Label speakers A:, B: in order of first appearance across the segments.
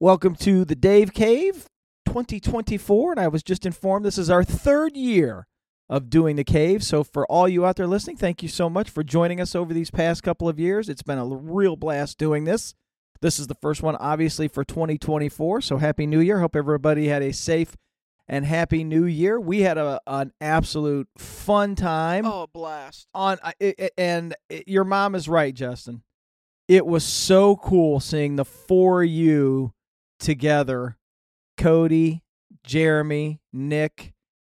A: Welcome to the Dave Cave 2024. And I was just informed this is our third year of doing the cave. So, for all you out there listening, thank you so much for joining us over these past couple of years. It's been a real blast doing this. This is the first one, obviously, for 2024. So, Happy New Year. Hope everybody had a safe and Happy New Year. We had a, an absolute fun time.
B: Oh, a blast.
A: on I- I- I- and eh, your mom is right justin it was so cool seeing the four of you together cody jeremy nick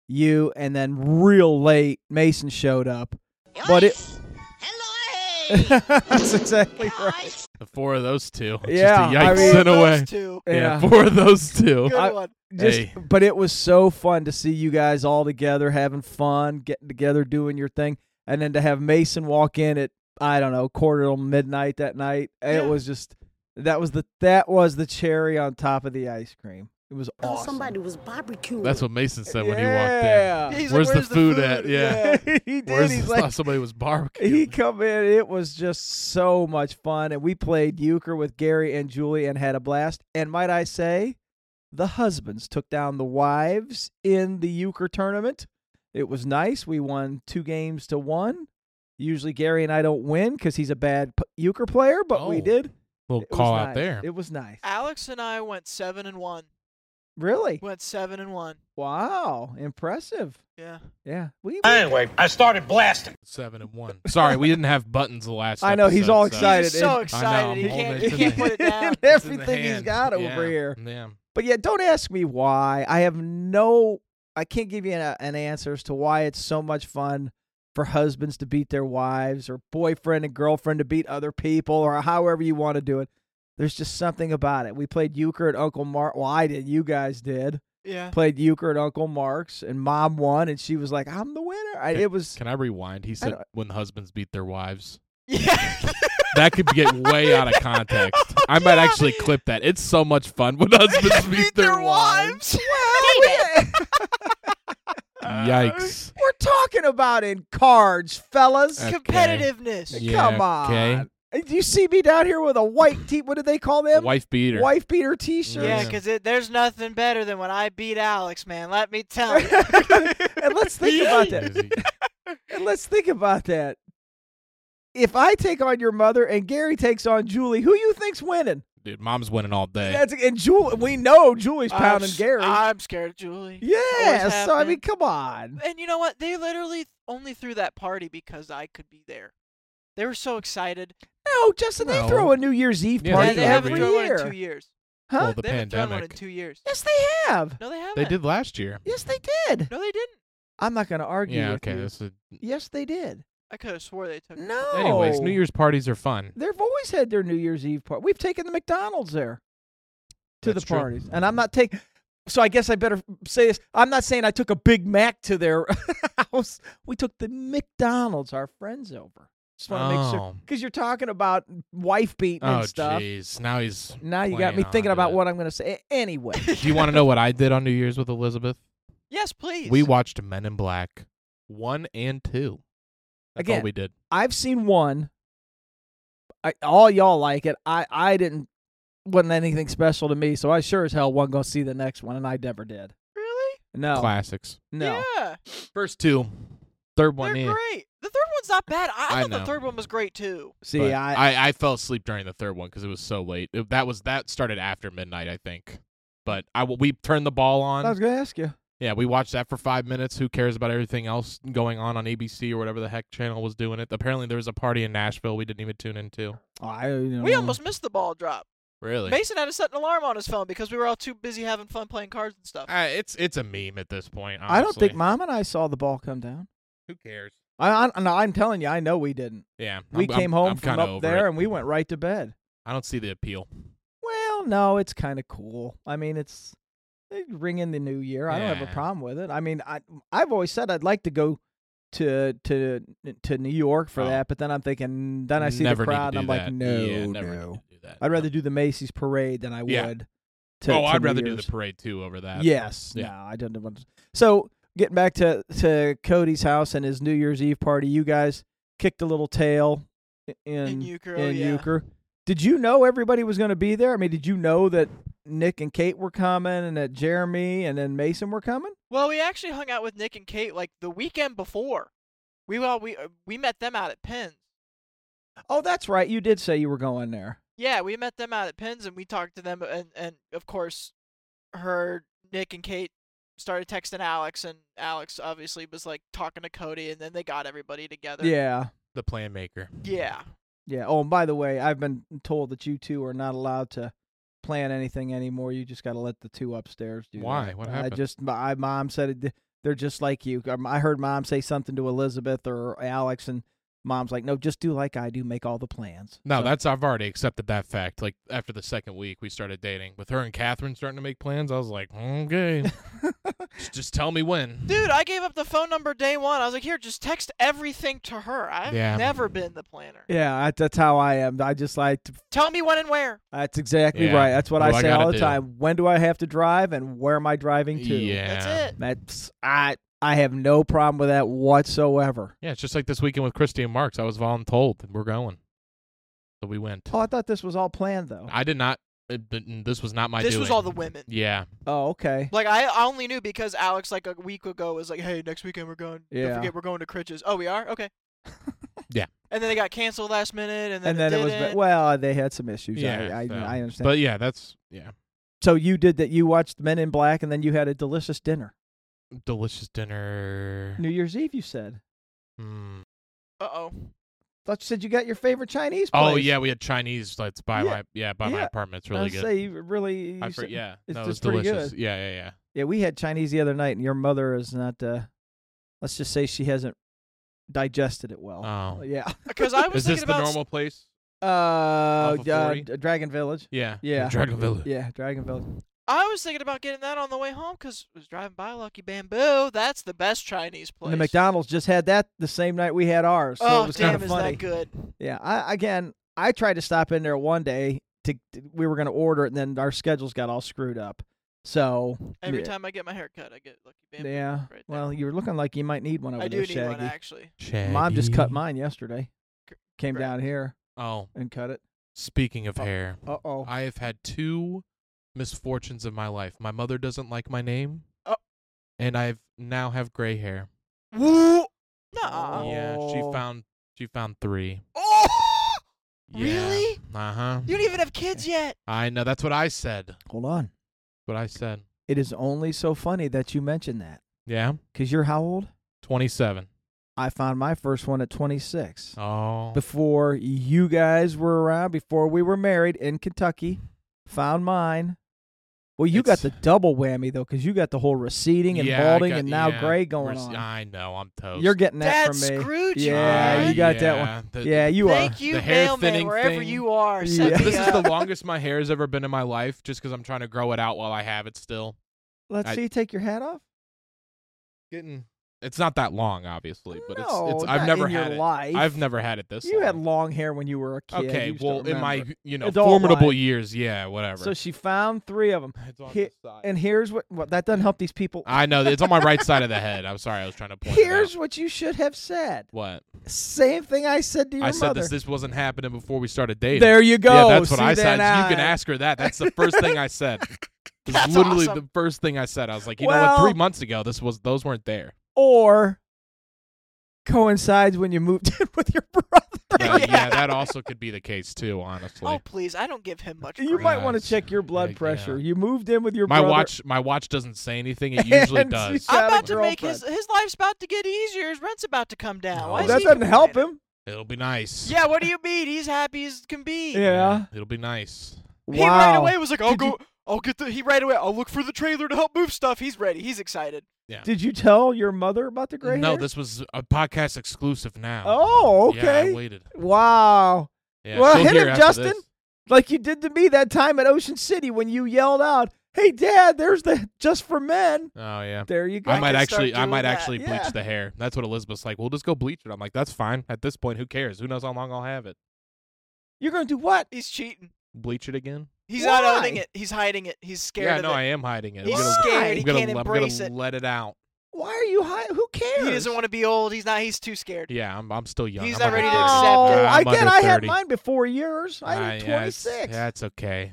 A: you and then real late mason showed up But it-
C: Hello, hey!
A: that's exactly right
C: Guys,
D: The four of those two. It's
A: Yeah,
D: just a yikes
A: I mean-
D: and away.
B: Those two.
D: Yeah. four of those two.
B: Good
A: I-
B: one.
A: just
D: Hey.
A: but it was so fun to see you guys all together having fun getting together doing your thing and then to have mason walk in at i don't know quarter till midnight that night
B: Yeah.
A: it was just that was the that was the cherry on top of the ice cream it was
C: thought
A: awesome
C: Somebody was barbecuing.
D: That's what Mason said when
A: yeah.
B: Yeah, he's
D: Where's the
B: like, Where's the
D: food at? Yeah.
A: he did
D: he walked in. Where's
A: he's
D: this?
A: like
D: thought somebody was
A: he
D: barbecuing.
A: come in it was just so much fun and we played euchre with gary and julie and had a blast and might i say the husbands took down the wives in the euchre tournament it was nice we won two games to one usually gary and i don't win because he's a bad p- euchre player but we
D: Oh,
A: did
D: Little
A: It was
D: call
A: nice.
D: out there.
A: it was nice
B: Alex and I went seven and one.
A: really
B: Went seven and one.
A: wow impressive
B: Yeah.
A: yeah we, we-
E: Anyway, I started blasting.
D: Seven and one. Sorry, we didn't have buttons the last.
A: I know, he's
D: episode,
A: all
D: so-
A: excited.
B: He's so
A: it-
B: excited. He
D: I'm holding
B: can't,
D: it
B: he can't put it down.
D: It's in the
A: everything he's
D: hand.
A: got over
D: Yeah,
A: here
D: Yeah.
A: But yeah, don't ask me why. I have no, I can't give you an, an answer as to why it's so much fun for husbands to beat their wives or boyfriend and girlfriend to beat other people or however you want to do it. There's just something about it. We played euchre at Uncle Mark. Well, I did. You guys did.
B: Yeah.
A: Played euchre at Uncle Mark's, and Mom won, and she was like, "I'm the winner." I, it was
D: Can I rewind? He said
A: don't-
D: when husbands beat their wives.
B: Yeah.
D: That could get way out of context. I might
B: Yeah.
D: actually clip that. It's so much fun when husbands beat,
B: Beat their wives.
D: Yikes.
A: we're talking about in cards, fellas.
B: Uh,
D: Okay.
B: Competitiveness.
D: Yeah,
A: Come on.
D: okay.
A: And You see me down here with a white tee. What do they call them?
D: Wife beater.
A: Wife beater t-shirt.
B: Yeah,
D: Yeah.
B: because there's nothing better than when I beat Alex, man. Let me tell you.
A: and let's think about that.
D: Crazy.
A: And let's think about that. If I take on your mother and Gary takes on Julie, who you think's winning?
D: Dude, mom's winning all day.
A: That's and Julie. We know Julie's
B: I'm
A: pounding
B: s-
A: Gary.
B: I'm scared of Julie.
A: yeah.
B: always have
A: So I
B: been.
A: mean, come on.
B: And you know what? They literally only threw that party because I could be there. They were so excited.
A: No, Justin. They
D: No.
A: throw a New Year's Eve
D: Yeah,
A: party
B: they,
D: do
B: they haven't
A: every
B: thrown one in
A: year.
B: two years.
A: Huh?
D: Well, the
B: they haven't thrown one in
D: pandemic.
B: two years.
A: yes, they have.
B: No, they haven't.
D: They did last year.
A: Yes, they did.
B: No, they didn't.
A: I'm not going to argue
D: Yeah,
A: with
D: okay.
A: you.
D: that's a-
A: Yes, they did.
B: I could have swore they took. it.
A: No.
D: Anyways, New Year's parties are fun.
A: They've always had their New Year's Eve party. We've taken the McDonald's there to
D: That's
A: the
D: true.
A: parties, and I'm not taking. So I guess I better say this. I'm not saying I took a Big Mac to their house. We took the McDonald's. Our friends over. Just want to make sure
D: Oh.
A: because you're talking about wife beating
D: Oh,
A: and stuff.
D: jeez. Now he's.
A: Now you got
D: playing
A: me thinking
D: onto
A: about
D: it.
A: what I'm going to say. A- Anyway,
D: Do you want to know what I did on New Year's with Elizabeth?
B: Yes, please.
D: We watched Men in Black 1 and 2. That's all
A: Again.
D: we did.
A: I've seen one. I, all y'all like it. I I didn't wasn't anything special to me, so I sure as hell wasn't going to see the next one, and I never did.
B: really?
A: No,
D: Classics.
A: no.
B: Yeah.
D: First two. Third one
B: They're
D: in.
B: great. The third one's not bad. I,
D: I
B: thought the
D: know.
B: third one was great too.
A: See,
D: But
A: I,
D: I, I fell asleep during the third one because it was so late. It- that was that started after midnight, I think. But I w- we turned the ball on.
A: I was going to ask you.
D: yeah, we watched that for five minutes. Who cares about everything else going on on ABC or whatever the heck channel was doing it? Apparently, there was a party in Nashville we didn't even tune into.
A: Oh, I, you know,
B: We almost missed the ball drop.
D: Really?
B: Mason had to set an alarm on his phone because we were all too busy having fun playing cards and stuff.
D: Uh, it's it's a meme at this point. Honestly.
A: I don't think Mom and I saw the ball come down.
D: Who cares?
A: I, I no, I'm telling you, I know we didn't.
D: Yeah,
A: We
D: I'm- I'm-
A: came home
D: I'm
A: from
D: kinda
A: up
D: over
A: there
D: it.
A: and we went right to bed.
D: I don't see the appeal.
A: Well, no, it's kind of cool. I mean, it's they ring in the new year. I don't have a
D: Yeah.
A: problem with it. I mean, I I've always said I'd like to go to to to New York for
D: Oh.
A: that, but then I'm thinking, then I see
D: never
A: the
D: need to
A: crowd
D: do
A: and I'm
D: that.
A: like, no,
D: yeah, never
A: no.
D: Need to do that.
A: I'd rather
D: No.
A: do the Macy's parade than I
D: Yeah.
A: would. To,
D: oh,
A: to
D: I'd
A: New
D: rather do
A: Year's.
D: the parade too over that.
A: Yes.
D: Yeah.
A: No, I don't want to. So getting back to, to Cody's house and his New Year's Eve party, you guys kicked a little tail in
B: in
A: in,
B: Euchre, oh, yeah.
A: Euchre. Did you know everybody was going to be there? I mean, did you know that Nick and Kate were coming, and that Jeremy and then Mason were coming.
B: Well, we actually hung out with Nick and Kate like the weekend before. We well we uh, we met them out at Penn's.
A: Oh, that's right. You did say you were going there.
B: Yeah, we met them out at Penn's and we talked to them uh, and and of course her Nick and Kate started texting Alex and Alex obviously was like talking to Cody and then they got everybody together.
A: Yeah.
D: The plan maker.
B: Yeah.
A: Yeah. Oh, and by the way, I've been told that you two are not allowed to plan anything anymore. You just got to let the two upstairs do.
D: Why?
A: that.
D: What
A: I
D: happened?
A: just my mom said it, they're just like you. Um, I heard mom say something to Elizabeth or Alex, and mom's like, "No, just do like I do. Make all the plans."
D: No,
A: So-
D: that's I've already accepted that fact. Like after the second week, we started dating with her and Catherine starting to make plans. I was like, okay, just- just tell me when.
B: Dude, I gave up the phone number day one. I was like, here, just text everything to her. I've
D: Yeah.
B: never been the planner.
A: yeah, I- that's how I am. I just like to,
B: Tell me when and where.
A: that's exactly
D: Yeah.
A: right. That's what
D: What do
A: I
D: I
A: say
D: gotta
A: all the
D: do?
A: time. When do I have to drive, and where am I driving to?
D: Yeah,
B: That's it.
A: That's I. I have no problem with that whatsoever.
D: yeah. It's just like this weekend with Christy and Marks. I was voluntold that we're going, so we went.
A: Oh, I thought this was all planned though.
D: I did not. it- but this was not my.
B: this was
D: doing.
B: all the women.
D: Yeah,
A: Oh, okay.
B: Like I, I only knew because Alex like a week ago was like, "Hey, next weekend we're going.
A: Yeah.
B: Don't forget we're going to Critch's. Oh, we are. Okay.
D: Yeah.
B: And then they got canceled last minute, and then
A: and then it was
B: didn't.
A: well they had some issues
D: yeah.
A: I, I,
D: so-
A: I understand
D: But yeah, that's yeah,
A: so you did that you watched men in black and then you had a delicious dinner
D: delicious dinner.
A: new year's eve you said
D: Mm.
B: Uh-oh.
A: thought you said you got your favorite chinese place.
D: Oh yeah, we had Chinese. Let's by
A: Yeah.
D: my yeah by my
A: Yeah.
D: apartment. It's
A: I
D: really
A: was
D: good.
A: say you really
D: I
A: you
D: for,
A: said-
D: yeah,
A: it's
D: no,
A: just
D: it's
A: pretty
D: delicious. Yeah, yeah, yeah.
A: yeah we had chinese the other night and your mother is not uh let's just say she hasn't digested it well
D: Oh.
A: yeah
B: Because I was
D: Is
B: thinking
D: this the
B: about s-
D: normal place?
A: uh,
D: of
A: uh
D: 40?
A: D- dragon village
D: Yeah.
A: Yeah.
D: Dragon Village.
A: yeah dragon village
B: I was thinking about getting that on the way home because was driving by Lucky Bamboo. That's the best Chinese place.
A: and the mcdonald's just had that the same night we had ours so
B: oh
A: it was
B: damn,
A: kind of
B: is
A: funny
B: that good?
A: Yeah. I again, I tried to stop in there one day to to- we were going to order it, and then our schedules got all screwed up. So
B: Every
A: yeah,
B: time I get my hair cut, I get Lucky Bamboo.
A: yeah.
B: right there.
A: well, you were looking like you might need one over
B: I do
A: there,
B: need
A: Shaggy.
B: one actually.
A: Mom just cut
D: Shaggy.
A: mine yesterday.
B: Cor-
A: Came
B: correct.
A: down here
D: Oh,
A: and cut it.
D: speaking of
A: Oh.
D: hair,
A: Uh oh.
D: I have had two misfortunes in my life. My mother doesn't like my name,
B: Oh.
D: and I've now have gray hair.
B: Woo!
A: Oh.
B: Nah.
D: Yeah, she
A: Oh.
D: found she found three.
B: Oh!
D: Yeah.
B: Really?
D: Uh huh.
B: You don't even have kids yet.
D: I know. That's what I said.
A: Hold on.
D: What I said.
A: It is only so funny that you mentioned that
D: Yeah.
A: because you're how old?
D: Twenty-seven.
A: I found my first one at 26.
D: Oh.
A: Before you guys were around, before we were married in Kentucky, found mine. Well, you got
D: It's-
A: the double whammy though, because you got the whole receding and
D: Yeah, I
A: balding
D: got-
A: and now
D: yeah.
A: gray going
D: Res-
A: on.
D: I know. I'm toast. Uh,
A: You're getting that
B: Dad
A: from me.
B: screwed you.
A: Yeah,
B: man.
A: you got that one.
D: The-
A: yeah, you
B: Thank
A: are.
B: you,
D: The hair
B: mailman,
D: thinning
B: wherever
D: thing.
B: you are. Set
A: Yeah.
B: me
D: This is the
B: up.
D: longest my hair has ever been in my life, just because I'm trying to grow it out while I have it still.
A: Let's
D: I-
A: see. Take your hat off.
D: Getting. It's not that long, obviously, but
A: no,
D: it's. it's I've
A: not
D: never
A: in
D: had
A: your
D: it.
A: life.
D: I've never had it this.
A: You had
D: long.
A: long hair when you were a kid.
D: Okay,
A: You just
D: well,
A: don't
D: in my
A: remember.
D: you know
A: Adult
D: formidable
A: life.
D: years, yeah, whatever.
A: So she found three of them,
D: it's on
A: he-
D: the side.
A: and here's what. Well, that doesn't help these people.
D: I know it's on my right side of the head. I'm sorry, I was trying to point. it out.
A: here's what you should have said.
D: what
A: Same thing I said to your
D: I
A: mother.
D: said. This this wasn't happening before we started dating.
A: There you go.
D: Yeah, that's what
A: See,
D: I
A: then ah.
D: said. You can
A: I-
D: ask her that. That's the first thing I said. It's
B: That's
D: literally
B: awesome.
D: the first thing I said. I was like, you know
A: Well-
D: what? Three months ago, this was those weren't there.
A: Or coincides when you moved in with your brother.
D: Uh, yeah.
B: Yeah.
D: that also could be the case too. Honestly,
B: Oh please, I don't give him much.
A: You
B: credit.
A: might want to
D: Nice.
A: check your blood
D: Yeah.
A: pressure. You moved in with your
D: my
A: brother.
D: watch my watch doesn't say anything. It usually
A: And you
D: does.
A: said-
B: I'm
A: Got a
B: about to make his
A: girlfriend.
B: his life's about to get easier. His rent's about to come down.
D: No.
B: Why
A: Oh, That
B: is he
A: doesn't help
B: complaining?
A: him.
D: It'll be nice.
B: Yeah, what do you mean? He's happy as can be.
A: Yeah.
D: It'll be nice.
B: He right
A: Wow.
B: away was like, "I'll
A: Did
B: go.
A: you-
B: I'll get the." He right away. I'll look for the trailer to help move stuff. He's ready. He's excited.
A: Did you tell your mother about the gray
D: no,
A: hair?
D: this was a podcast exclusive now.
A: Oh,
D: Yeah, I
A: okay.
D: waited.
A: wow.
D: Yeah,
A: Well,
D: she'll
A: hit
D: hear
A: him,
D: after
A: Justin.
D: this.
A: Like you did to me that time at Ocean City when you yelled out, "Hey, Dad, there's the just for men."
D: Oh yeah.
A: There you go.
D: I
B: I
D: might
B: could start
D: actually, I
B: doing
D: might
B: that.
D: actually bleach
A: Yeah.
D: the hair. That's what Elizabeth's like. We'll just go bleach it. I'm like, that's fine. At this point, who cares? Who knows how long I'll have it?
A: You're going to do what?
B: He's cheating.
D: Bleach it again?
B: He's not owning
A: Why?
B: it. He's hiding it. He's scared
D: yeah,
B: of
D: no,
B: it.
D: I am hiding it.
B: He's
D: I'm gonna,
B: scared. He
D: I'm gonna,
B: can't
D: I'm
B: embrace
D: gonna
B: it.
D: let it out.
A: Why are you high? Who cares?
B: He doesn't want to be old. He's not. He's too scared.
D: Yeah, I'm, I'm still young.
B: He's
D: I'm
B: not ready to
D: under-
B: accept
A: Oh,
B: it.
D: I'm
A: I get.
D: under
A: I had
D: 30.
A: mine before yours. I
D: Ah,
A: had
D: yeah, it's-
A: 26.
D: That's okay.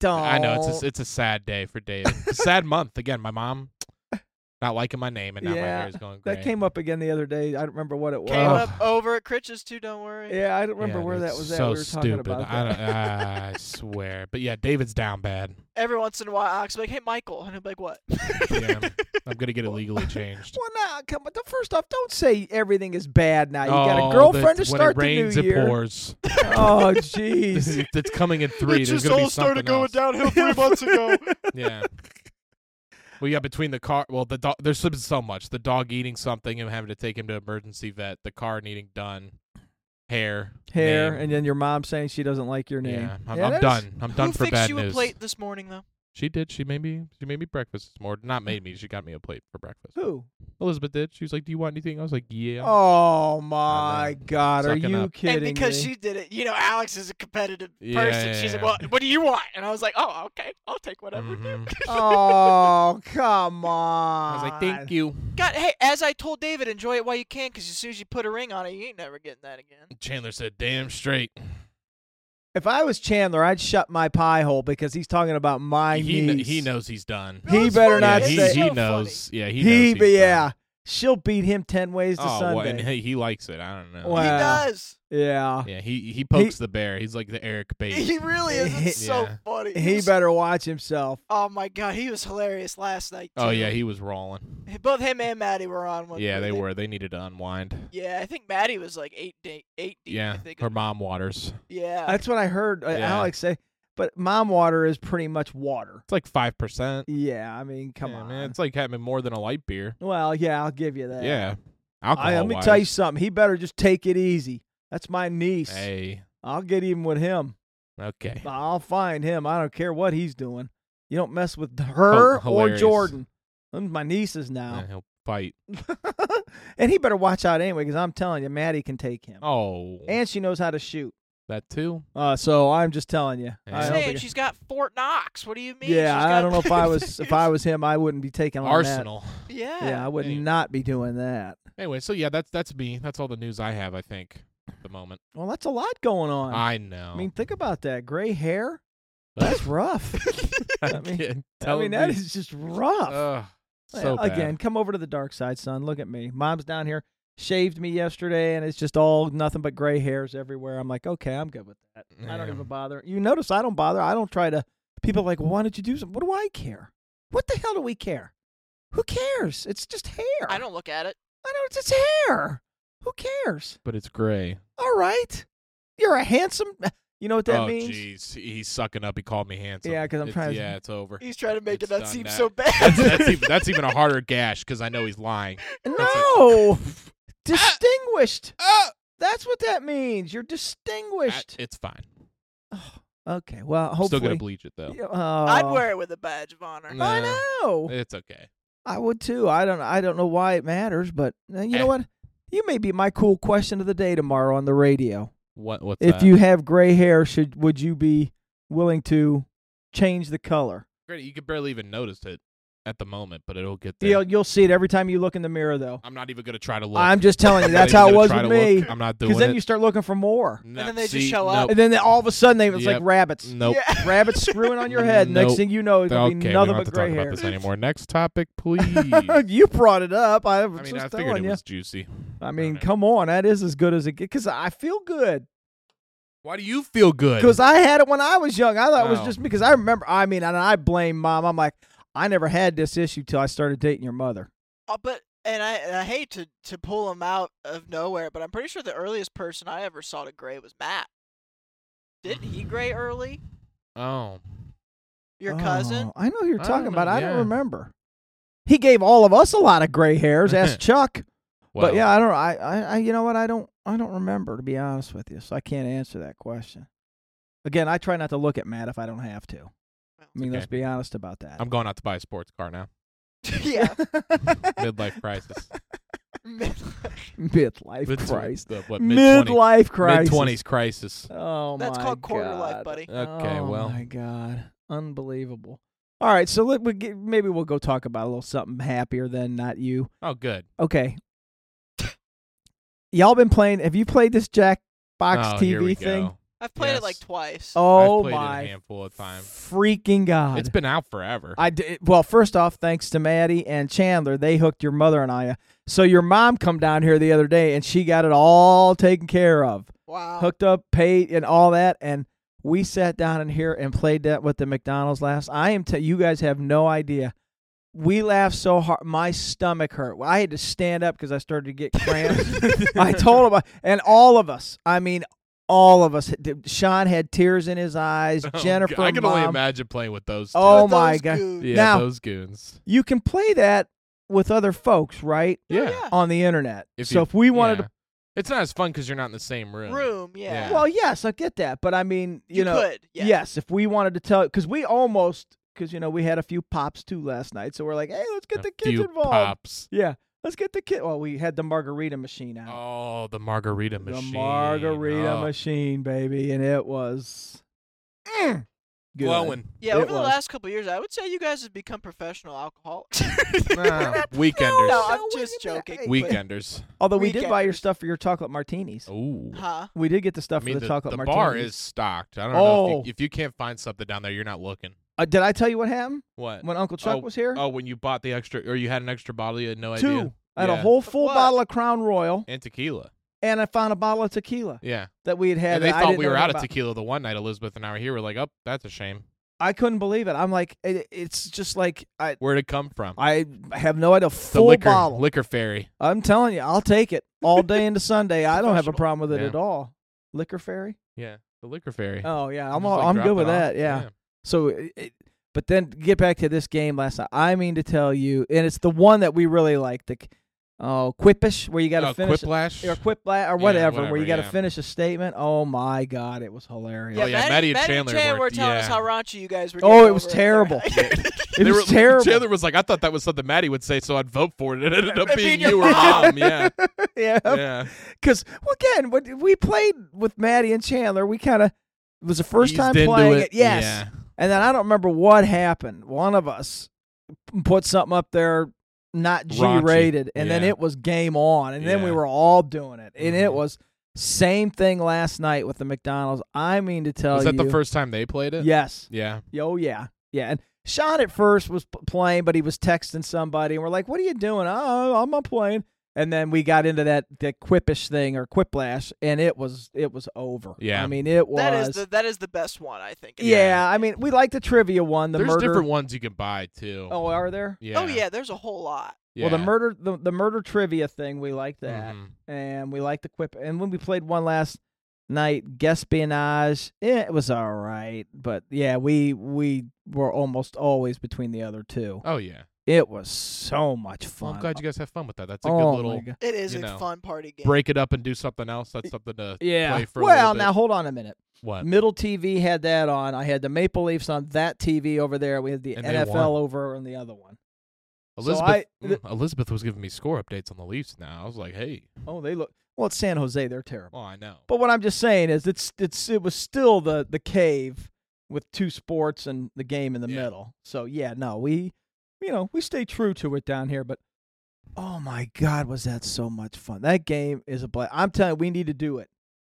A: don't.
D: I know it's a, it's a sad day for David. It's a sad month again. My mom not liking my name, and now my
A: Yeah,
D: hair is going gray.
A: that came up again the other day. I don't remember what it was.
B: Came
D: Ugh.
B: up over at Critch's too. Don't worry.
A: Yeah, I don't remember
D: Yeah,
A: where
D: dude,
A: that
D: it's
A: was at.
D: So
A: we were
D: stupid.
A: talking about
D: I,
A: that.
D: don't, I swear, but yeah, David's down bad.
B: Every once in a while, Alex will be like, "Hey, Michael," and he'll be like, "What?"
D: Yeah, I'm gonna get it legally changed.
A: Well, nah, come on. First off, don't say everything is bad now. You
D: Oh,
A: got a girlfriend to
D: that's-
A: start
D: when it rains,
A: the new year.
D: It pours.
A: Oh, jeez.
D: it's coming in three. There's gonna be something else.
B: downhill three months ago.
D: Yeah. Well, yeah, between the car, well, the dog. There's been so much: the dog eating something and having to take him to emergency vet, the car needing done, hair,
A: Hair,
D: name.
A: and then your mom saying she doesn't like your name.
D: yeah, I'm,
A: Yeah,
D: I'm
A: that's-
D: done. I'm done
B: Who
D: for
B: fixed
D: bad
B: you
D: news.
B: a plate this morning, though?
D: She did. She made me. She made me breakfast this morning. Not made me. She got me a plate for breakfast.
A: Who?
D: Elizabeth did. She was like, "Do you want anything?" I was like, "Yeah."
A: Oh my
D: know.
A: God! Are
D: Sucking
A: you
D: up.
A: kidding
B: and because
A: me?
B: she did it, you know, Alex is a competitive
D: Yeah,
B: person.
D: yeah,
B: She's like,
D: yeah.
B: "Well, what do you want?" And I was like, "Oh, okay, I'll take whatever."
D: Mhm.
A: oh come on!
D: I was like, "Thank you."
B: God, hey, as I told David, enjoy it while you can, because as soon as you put a ring on it, you ain't never getting that again.
D: Chandler said, "Damn straight."
A: If I was Chandler, I'd shut my pie hole because he's talking about my
D: he kn-
A: niece.
D: he knows he's done.
A: He
B: it's
A: better
B: funny.
A: not
D: yeah, he,
A: say-
D: he
B: so
D: knows.
B: funny.
D: Yeah, he,
A: He,
D: knows.
A: but
D: he's
A: yeah,
D: done.
A: she'll beat him ten ways to
D: Oh, well,
A: Sunday.
D: and he, he likes it. I don't know.
A: Wow.
B: He does.
A: yeah,
D: Yeah, he he pokes the bear. He's like the Eric Bates.
B: He really is. It's so
D: Yeah.
B: funny.
A: he
B: was-
A: better watch himself.
B: Oh my god, he was hilarious last night.
D: oh
B: too.
D: yeah, he was rolling.
B: Both him and Maddie were on one. where
D: Yeah, they were. They needed to unwind.
B: Yeah, I think Maddie was like eight day, eight deep. I
D: Yeah,
B: think.
D: her mom waters.
B: yeah.
A: That's what I heard uh,
D: Yeah.
A: Alex say. But mom water is pretty much water.
D: It's like five percent.
A: Yeah, I mean, come
D: Yeah,
A: on.
D: man. It's like having more than a light beer.
A: well, yeah, I'll give you that.
D: Yeah,
A: I,
D: alcohol.
A: let me tell you something. He better just take it easy. That's my niece.
D: Hey,
A: I'll get even with him.
D: okay.
A: I'll find him. I don't care what he's doing. You don't mess with her or
D: hilarious.
A: Jordan. Them's my nieces
D: Yeah,
A: now.
D: he'll fight.
A: and he better watch out anyway, because I'm telling you, Maddie can take him.
D: Oh,
A: And she knows how to shoot.
D: that too.
A: Uh, so I'm just telling you.
D: Yeah.
A: I
D: don't
B: Saying
A: hope he-
B: she's got Fort Knox. What do you mean?
A: yeah,
B: She's
A: I
B: got-
A: don't know if I was if I was him, I wouldn't be taking on
D: Arsenal.
B: She's- yeah.
A: That. Yeah, I would
D: Hey.
A: not be doing that.
D: Anyway, so yeah, that's that's me. That's all the news I have. I think at the moment.
A: Well, that's a lot going on.
D: I know.
A: I mean, think about that. Gray hair.
D: Ugh.
A: That's rough. I mean-
D: Again,
A: I
D: telling
A: mean, that
D: me-
A: is just rough.
D: Ugh,
A: Yeah,
D: so bad.
A: again, come over to the dark side, son. Look at me. Mom's down here, shaved me yesterday, and it's just all nothing but gray hairs everywhere. I'm like, okay, I'm good with that. I don't
D: Yeah.
A: even bother. You notice I don't bother. I don't try to. People are like, why don't you do something? What do I care? What the hell do we care? Who cares? It's just hair.
B: I don't look at it.
A: I don't. It's just hair. Who cares?
D: But it's gray.
A: All right. You're a handsome. You know what that
D: oh,
A: means?
D: jeez, he's sucking up. He called me handsome.
A: Yeah, 'cause I'm
D: It's-
A: trying to-
D: Yeah, it's over.
B: He's trying to make
D: It's
B: it not
D: done
B: seem
D: that.
B: so bad.
D: That's, that's, even, that's even a harder gash because I know he's lying.
A: No. Distinguished.
D: Ah,
A: That's what that means. You're
D: I-
A: distinguished.
D: it's fine.
A: Okay. Well,
D: I'm
A: hopefully.
D: Still gonna bleach it though.
A: Yeah,
B: I'd
A: uh,
B: wear it with a badge of honor.
D: No.
A: I
D: Nah.
A: know.
D: It's okay.
A: I would too. I don't. I don't know why it matters, but uh, you
D: Eh.
A: know what? You may be my cool question of the day tomorrow on the radio.
D: What? What's
A: if
D: that?
A: you have gray hair, should would you be willing to change the color?
D: Granted, you could barely even notice it at the moment, but it'll get there.
A: You'll, you'll see it every time you look in the mirror, though.
D: I'm not even gonna try to look.
A: I'm just telling you,
D: not
A: that's
D: even
A: how it
D: gonna
A: was
D: try
A: with
D: to
A: me.
D: look. I'm not doing
A: Because then
D: it.
A: you start looking for more,
D: No,
B: And then they just
D: see,
B: show
D: nope,
B: up.
A: and then all of a sudden they, it's
D: Yep.
A: like rabbits.
D: Nope.
B: Yeah.
A: Rabbits screwing on your head. Next
D: Nope.
A: thing you know, it's gonna
D: Okay,
A: be
D: we
A: nothing but
D: don't have to
A: gray
D: talk about
A: hair.
D: this anymore. Next topic, please. I
A: you brought it up. I was just
D: mean, I
A: telling
D: figured it
A: you.
D: was juicy.
A: I mean,
D: know.
A: come on, that is as good as it gets. Because I feel good.
D: Why do you feel good?
A: Because I had it when I was young. I thought it was
D: Oh.
A: just because I remember. I mean, and I blame mom. I'm like, I never had this issue till I started dating your mother.
B: Uh, but and I and I hate to to pull him out of nowhere, but I'm pretty sure the earliest person I ever saw to gray was Matt. Didn't he gray early?
D: oh,
B: Your cousin?
A: Oh, I know who you're
D: I
A: talking
D: don't
A: about.
D: know,
A: I
D: yeah.
A: don't remember. He gave all of us a lot of gray hairs. Ask Chuck.
D: well,
A: But yeah, I don't. I, I, I, you know what? I don't. I don't remember to be honest with you. So I can't answer that question. Again, I try not to look at Matt if I don't have to. I mean,
D: okay.
A: let's be honest about that.
D: I'm going out to buy a sports car now.
A: Oh.
B: yeah.
D: Midlife crisis.
A: midlife
D: Mid-
A: crisis.
D: The, what, mid-twenty-
A: Midlife crisis.
D: Mid-twenties crisis.
A: Oh
B: That's
A: my
B: called quarter
A: God.
B: life, buddy.
D: Okay,
A: oh
D: well.
A: my god, unbelievable. All right, so let we get, maybe we'll go talk about a little something happier than not you.
D: Oh, good.
A: Okay. Y'all been playing? Have you played this Jackbox
D: oh,
A: TV
D: here we
A: thing?
D: Go.
B: I've played it like
D: Yes.
B: twice.
A: Oh
D: I've played it a
A: my
D: handful of times.
A: freaking god!
D: It's been out forever.
A: I did, well, first off, thanks to Maddie and Chandler, they hooked your mother and I. up. So your mom come down here the other day and she got it all taken care of,
B: Wow.
A: hooked up, paid, and all that. And we sat down in here and played that with the McDonald's last. I am. T- you guys have no idea. We laughed so hard, my stomach hurt. I had to stand up because I started to get cramps. I told him, I- and all of us. I mean, all of us. Sean had tears in his eyes.
D: Oh,
A: Jennifer,
D: God. I can only
A: mom.
D: imagine playing with those. two.
A: Oh
B: With
A: my
B: those
A: God.
B: goons.
D: yeah,
A: Now-
D: those goons.
A: you can play that with other folks, right?
B: Oh,
D: Yeah,
A: On the internet.
D: If
A: so
D: you-
A: if we wanted
D: yeah. it's not as fun because you're not in the same room.
B: Room, yeah.
A: to, well, yes, I get that, but I mean, you, know,
B: could, yeah.
A: yes, if we wanted to tell, because we almost, because you know, we had a few pops too last night, so we're like, hey, let's get
D: A
A: the kids
D: few
A: involved.
D: Pops.
A: Yeah, let's get the kid. Well, we had the margarita machine out.
D: Oh, the margarita
A: the
D: machine.
A: margarita
D: oh.
A: machine, baby, and it was mm, good.
D: Glowing.
B: Yeah,
A: It
B: over the
A: was.
B: last couple years, I would say you guys have become professional alcoholics.
D: Nah, Ah, weekenders.
B: No, I'm
A: So
B: just
A: we did-
B: joking.
D: weekenders.
A: Although we did buy your
B: Weekenders.
A: stuff for your chocolate martinis.
D: Ooh.
B: huh?
A: We did get the
D: Oh. I
A: stuff
D: mean,
A: for the, chocolate martinis.
D: bar is stocked. I don't know
A: Oh.
D: if you, if you can't find something down there, you're not looking.
A: Uh, did I tell you what happened
D: What?
A: when Uncle Chuck
D: Oh,
A: was here?
D: Oh, when you bought the extra, or you had an extra bottle, you had no
A: Two.
D: idea.
A: I had a
D: Yeah.
A: whole full
B: What?
A: bottle of Crown Royal,
D: and tequila.
A: and I found a bottle of tequila
D: Yeah,
A: that we had had.
D: and they
A: that I
D: thought
A: didn't
D: we
A: know
D: were
A: nothing
D: out of
A: about.
D: tequila the one night. Elizabeth and I were here. We're like, oh, that's a shame.
A: I couldn't believe it. I'm like, it, it's just like I,
D: Where'd it come from?
A: I have no idea.
D: the
A: Full
D: liquor
A: bottle.
D: liquor fairy.
A: I'm telling you, I'll take it all day into Sunday. I don't have a
B: Professional.
A: problem with it
D: Yeah.
A: at all. Liquor fairy.
D: Yeah, the liquor fairy.
A: Oh yeah, I'm
D: Just,
A: all,
D: like,
A: I'm
D: drop
A: good
D: it
A: with
D: off.
A: that. Yeah. So, it, it- but then to get back to this game last night. I mean to tell you, and it's the one that we really like. The oh Quippish, where you got to
D: Oh,
A: finish
D: Quiplash.
A: or quip la- or whatever,
D: whatever,
A: where you got to
D: yeah. Oh,
A: finish a statement. Oh my god, it was hilarious.
D: Yeah, yeah, Maddie and Chandler
B: were,
D: weren't-
B: telling us
D: yeah.
B: how raunchy you guys were.
A: Oh,
B: getting
A: it was
B: over
A: terrible.
B: there.
A: It
D: They
A: was
D: were-
A: terrible.
D: Chandler was like, I thought that was something Maddie would say, so I'd vote for it. It ended up
B: It
D: being
B: being your
D: you or
B: mom.
D: mom. Yeah,
A: yeah,
D: yeah.
A: because well, again, when we played with Maddie and Chandler, we kind of it was the first
D: Eased
A: time
D: into
A: playing
D: it.
A: it. Yes,
D: Yeah.
A: and then I don't remember what happened. One of us put something up there not G
D: Raunchy.
A: rated, and then
D: Yeah.
A: it was game on, and then we
D: Yeah.
A: were all doing it, and it
D: Mhm.
A: was same thing last night with the McDonald's. I mean to tell
D: Was
A: you,
D: that the first time they played it?
A: yes,
D: Yeah.
A: Oh yeah, yeah. And Sean at first was p- playing, but he was texting somebody, and we're like, "What are you doing?" Oh, I'm not playing. And then we got into that that quippish thing or quiplash, and it was it was over.
D: Yeah.
A: I mean it was.
B: that is the that is the best one I think.
A: yeah. I mean we like the trivia one. The
D: There's
A: murder.
D: different ones you can buy too.
A: Oh, are there?
D: yeah.
B: Oh yeah, there's a whole lot.
A: Well, the
D: Yeah.
A: murder the, the murder trivia thing we like that,
D: Mhm.
A: and we like the quip. And when we played one last night, Gaspionage, eh, it was all right, but yeah, we we were almost always between the other two.
D: Oh yeah.
A: It was so much
D: Well,
A: fun.
D: I'm glad you guys have fun with that. That's a
A: oh
D: good little
A: my God.
B: It is
D: You
B: a
D: know,
B: fun party game.
D: break it up and do something else. That's something to
A: Yeah.
D: play for a little
A: Well,
D: bit. Uh,
A: now hold on a minute.
D: what?
A: Middle TV had that on. I had the Maple Leafs on that TV over there. We had the
D: And they won.
A: NFL over on the other one. So
D: Elizabeth
A: I-
D: mm, Elizabeth was giving me score updates on the Leafs now. I was like, "Hey,
A: Oh, they look well. It's San Jose. They're terrible.
D: well, I know."
A: But what I'm just saying is, it's it's it was still the the cave with two sports and the game in the
D: Yeah.
A: middle. So yeah, no, we you know we stay true to it down here. But oh my God, was that so much fun? That game is a blast. I'm telling you, we need to do it.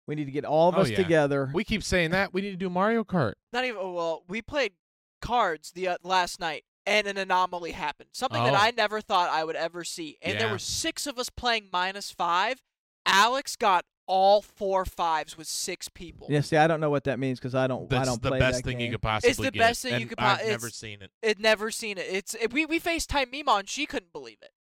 A: We need to get all of
D: Oh,
A: us
D: yeah.
A: together.
D: We keep saying that. We need to do Mario Kart.
B: Not even. oh, Well, we played cards the uh, last night, and an anomaly happened. Something
D: Oh.
B: that I never thought I would ever see. And there
D: Yeah.
B: were six of us playing minus five. Alex got all four fives with six people.
A: Yeah, see, I don't know what that means because I don't. Oh, I
D: That's
A: don't
D: the
A: play
D: best
A: that
D: thing
A: game.
D: you could possibly
B: the
D: get,
B: best thing you
D: and
B: could po-
D: I've
B: it's-
D: never seen it.
B: It never seen it. It's it, we we FaceTime Mima and she couldn't believe it.